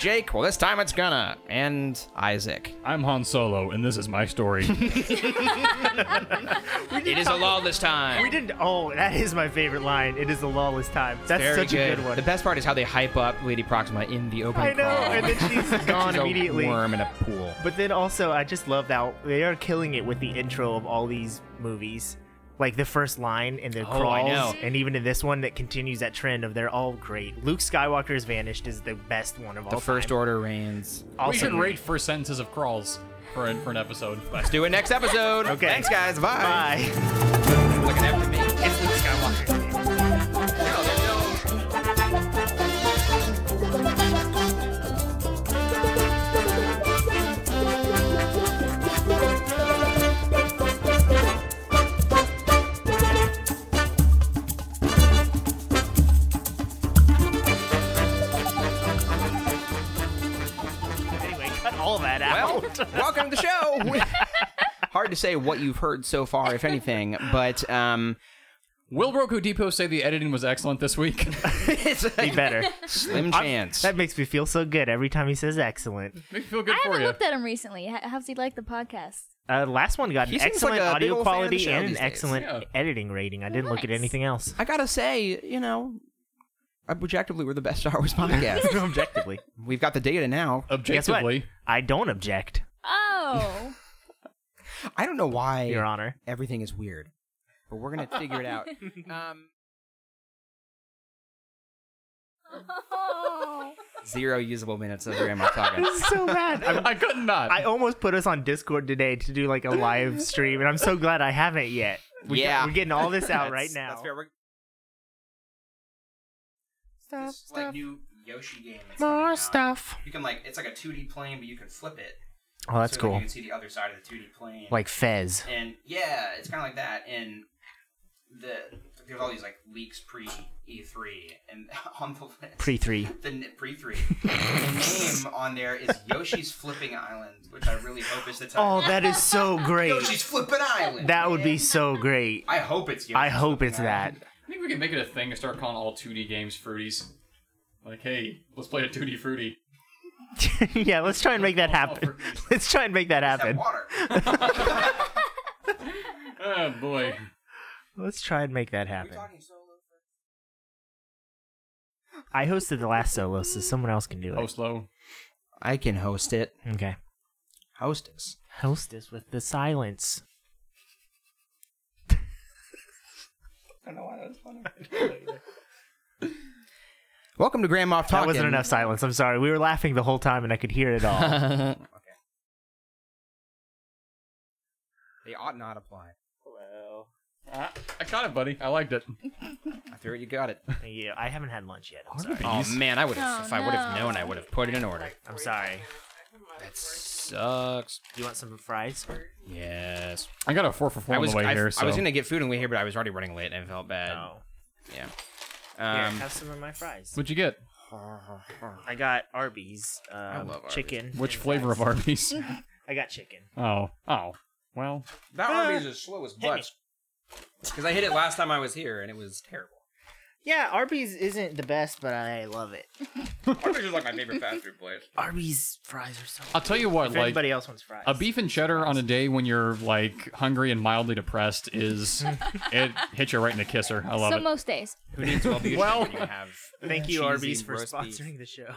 [SPEAKER 2] Jake, well, this time it's gonna, and Isaac.
[SPEAKER 5] I'm Han Solo, and this is my story.
[SPEAKER 2] It is a lawless
[SPEAKER 3] We
[SPEAKER 2] time.
[SPEAKER 3] didn't. Oh, that is my favorite line. It is the lawless time. That's
[SPEAKER 2] Very
[SPEAKER 3] such a good one.
[SPEAKER 2] The best part is how they hype up Lady Proxima in the opening
[SPEAKER 3] I know,
[SPEAKER 2] crawl.
[SPEAKER 3] and then she's gone
[SPEAKER 2] She's a
[SPEAKER 3] immediately.
[SPEAKER 2] worm in a pool.
[SPEAKER 3] But then also, I just love how they are killing it with the intro of all these movies. Like the first line in their
[SPEAKER 2] Oh, I
[SPEAKER 3] crawls,
[SPEAKER 2] know.
[SPEAKER 3] and even in this one that continues that trend of they're all great. Luke Skywalker's Vanished is the best one of all
[SPEAKER 2] The First
[SPEAKER 3] time.
[SPEAKER 2] Order reigns.
[SPEAKER 5] we
[SPEAKER 3] Also,
[SPEAKER 5] should rate first sentences of crawls for an, for an episode.
[SPEAKER 2] Let's do it next episode.
[SPEAKER 3] Okay.
[SPEAKER 2] Thanks, guys. Bye.
[SPEAKER 3] bye.
[SPEAKER 2] Looking after me.
[SPEAKER 3] It's Luke Skywalker's
[SPEAKER 2] No,
[SPEAKER 3] Vanished.
[SPEAKER 2] there's no-
[SPEAKER 3] Anyway, cut all that
[SPEAKER 2] Well,
[SPEAKER 3] out.
[SPEAKER 2] welcome to the show. Hard to say what you've heard so far, if anything, but um,
[SPEAKER 5] Will Roku Depot say the editing was excellent this week?
[SPEAKER 2] it's
[SPEAKER 3] Be
[SPEAKER 2] a
[SPEAKER 3] better.
[SPEAKER 2] slim chance.
[SPEAKER 3] That makes me feel so good every time he says excellent.
[SPEAKER 5] Make you feel good
[SPEAKER 4] I
[SPEAKER 5] for
[SPEAKER 4] haven't
[SPEAKER 5] you.
[SPEAKER 4] looked at him recently. How- How's he like the podcast?
[SPEAKER 3] Uh, last one got
[SPEAKER 2] He
[SPEAKER 3] an
[SPEAKER 2] seems like
[SPEAKER 3] excellent
[SPEAKER 2] a big
[SPEAKER 3] audio
[SPEAKER 2] old fan of the
[SPEAKER 3] quality
[SPEAKER 2] show
[SPEAKER 3] and
[SPEAKER 2] these
[SPEAKER 3] an
[SPEAKER 2] days.
[SPEAKER 3] excellent
[SPEAKER 5] Yeah.
[SPEAKER 3] editing rating. I didn't look at
[SPEAKER 4] Nice.
[SPEAKER 3] anything else.
[SPEAKER 2] I gotta say, you know, objectively, we're the best Star Wars podcast.
[SPEAKER 3] Objectively.
[SPEAKER 2] We've got the data now.
[SPEAKER 3] Guess what?
[SPEAKER 5] Objectively,
[SPEAKER 3] I don't object,
[SPEAKER 4] Oh.
[SPEAKER 2] I don't know why
[SPEAKER 3] Your Honor.
[SPEAKER 2] everything is weird, but we're gonna figure it out. Um, zero usable minutes of Grandma talking.
[SPEAKER 3] This is so bad. I'm-
[SPEAKER 5] I couldn't
[SPEAKER 2] Uh,
[SPEAKER 5] not.
[SPEAKER 3] I almost put us on Discord today to do like a live stream, and I'm so glad I haven't yet. We
[SPEAKER 2] Yeah.
[SPEAKER 3] we're getting all this out right
[SPEAKER 2] That's-
[SPEAKER 3] now.
[SPEAKER 2] That's fair. We're,
[SPEAKER 3] Stuff,
[SPEAKER 2] this, like
[SPEAKER 3] stuff.
[SPEAKER 2] new Yoshi game. that's coming
[SPEAKER 3] More
[SPEAKER 2] out.
[SPEAKER 3] stuff.
[SPEAKER 2] You can like it's like a 2D plane, but you can flip it.
[SPEAKER 3] Oh, that's
[SPEAKER 2] so That
[SPEAKER 3] cool.
[SPEAKER 2] you can see the other side of the 2D plane.
[SPEAKER 3] Like Fez.
[SPEAKER 2] and yeah, it's kind of like that. And the there's all these like leaks pre E3 and on the list.
[SPEAKER 3] Pre 3.
[SPEAKER 2] the pre three. the name on there is Yoshi's Flipping Island, which I really hope is the title.
[SPEAKER 3] Oh, that is so great.
[SPEAKER 2] Yoshi's Flipping Island.
[SPEAKER 3] That would be so great.
[SPEAKER 2] I hope it's. Yoshi's
[SPEAKER 3] I hope it's
[SPEAKER 2] Flippin'
[SPEAKER 3] that.
[SPEAKER 2] Island.
[SPEAKER 5] I think we can make it a thing and start calling all 2D games fruities. Like, hey, let's play a 2D fruity.
[SPEAKER 3] yeah, let's try and make that happen. Let's try and make that happen.
[SPEAKER 2] Water.
[SPEAKER 5] Oh boy.
[SPEAKER 3] Let's try and make that happen. I hosted the last solo, so someone else can do it.
[SPEAKER 5] Oh, slow.
[SPEAKER 2] I can host it.
[SPEAKER 3] Okay.
[SPEAKER 2] Hostess.
[SPEAKER 3] Hostess with the silence.
[SPEAKER 2] Welcome to Grand Moff Talking.
[SPEAKER 3] That wasn't enough silence. I'm sorry. We were laughing the whole time, and I could hear it all.
[SPEAKER 2] They ought not apply.
[SPEAKER 5] Ah, I caught it, buddy. I liked it.
[SPEAKER 2] I figured you got it.
[SPEAKER 3] yeah, I haven't had lunch yet. I'm
[SPEAKER 5] Are
[SPEAKER 3] sorry.
[SPEAKER 5] we-
[SPEAKER 2] Oh man, I would have.
[SPEAKER 4] Oh,
[SPEAKER 2] if I would have
[SPEAKER 4] no.
[SPEAKER 2] known, I would have put it in order.
[SPEAKER 3] I'm sorry.
[SPEAKER 2] That sucks.
[SPEAKER 3] Do you want some fries?
[SPEAKER 2] Yes.
[SPEAKER 5] I got a four for four
[SPEAKER 2] I
[SPEAKER 5] on
[SPEAKER 2] was.
[SPEAKER 5] the way
[SPEAKER 2] I,
[SPEAKER 5] here.
[SPEAKER 2] I
[SPEAKER 5] So
[SPEAKER 2] was gonna get food on the way here, but I was already running late, and I felt bad.
[SPEAKER 3] No.
[SPEAKER 2] Yeah.
[SPEAKER 3] oh, Here,
[SPEAKER 2] Um,
[SPEAKER 3] have some of my fries.
[SPEAKER 5] What'd you get?
[SPEAKER 3] I got Arby's um,
[SPEAKER 2] love Arby's.
[SPEAKER 3] chicken.
[SPEAKER 5] Which
[SPEAKER 3] and
[SPEAKER 5] flavor of
[SPEAKER 3] fries.
[SPEAKER 5] Arby's?
[SPEAKER 3] I got chicken.
[SPEAKER 5] oh, oh. Well,
[SPEAKER 2] that Arby's is slow as
[SPEAKER 3] Ah. hit me.
[SPEAKER 2] butts. Because I hit it last time I was here, and it was terrible.
[SPEAKER 3] Yeah, Arby's isn't the best, but I love it.
[SPEAKER 2] Arby's is like my favorite fast food place.
[SPEAKER 3] Arby's fries are so.
[SPEAKER 5] I'll tell you what.
[SPEAKER 3] If
[SPEAKER 5] Like
[SPEAKER 3] anybody else wants fries,
[SPEAKER 5] a beef and cheddar on a day when you're like hungry and mildly depressed is it hits you right in the kisser. I love
[SPEAKER 4] so
[SPEAKER 5] it.
[SPEAKER 4] most days.
[SPEAKER 2] Who needs well beef?
[SPEAKER 3] Thank you,
[SPEAKER 2] Cheesy
[SPEAKER 3] Arby's, for
[SPEAKER 2] roast beef.
[SPEAKER 3] sponsoring the show.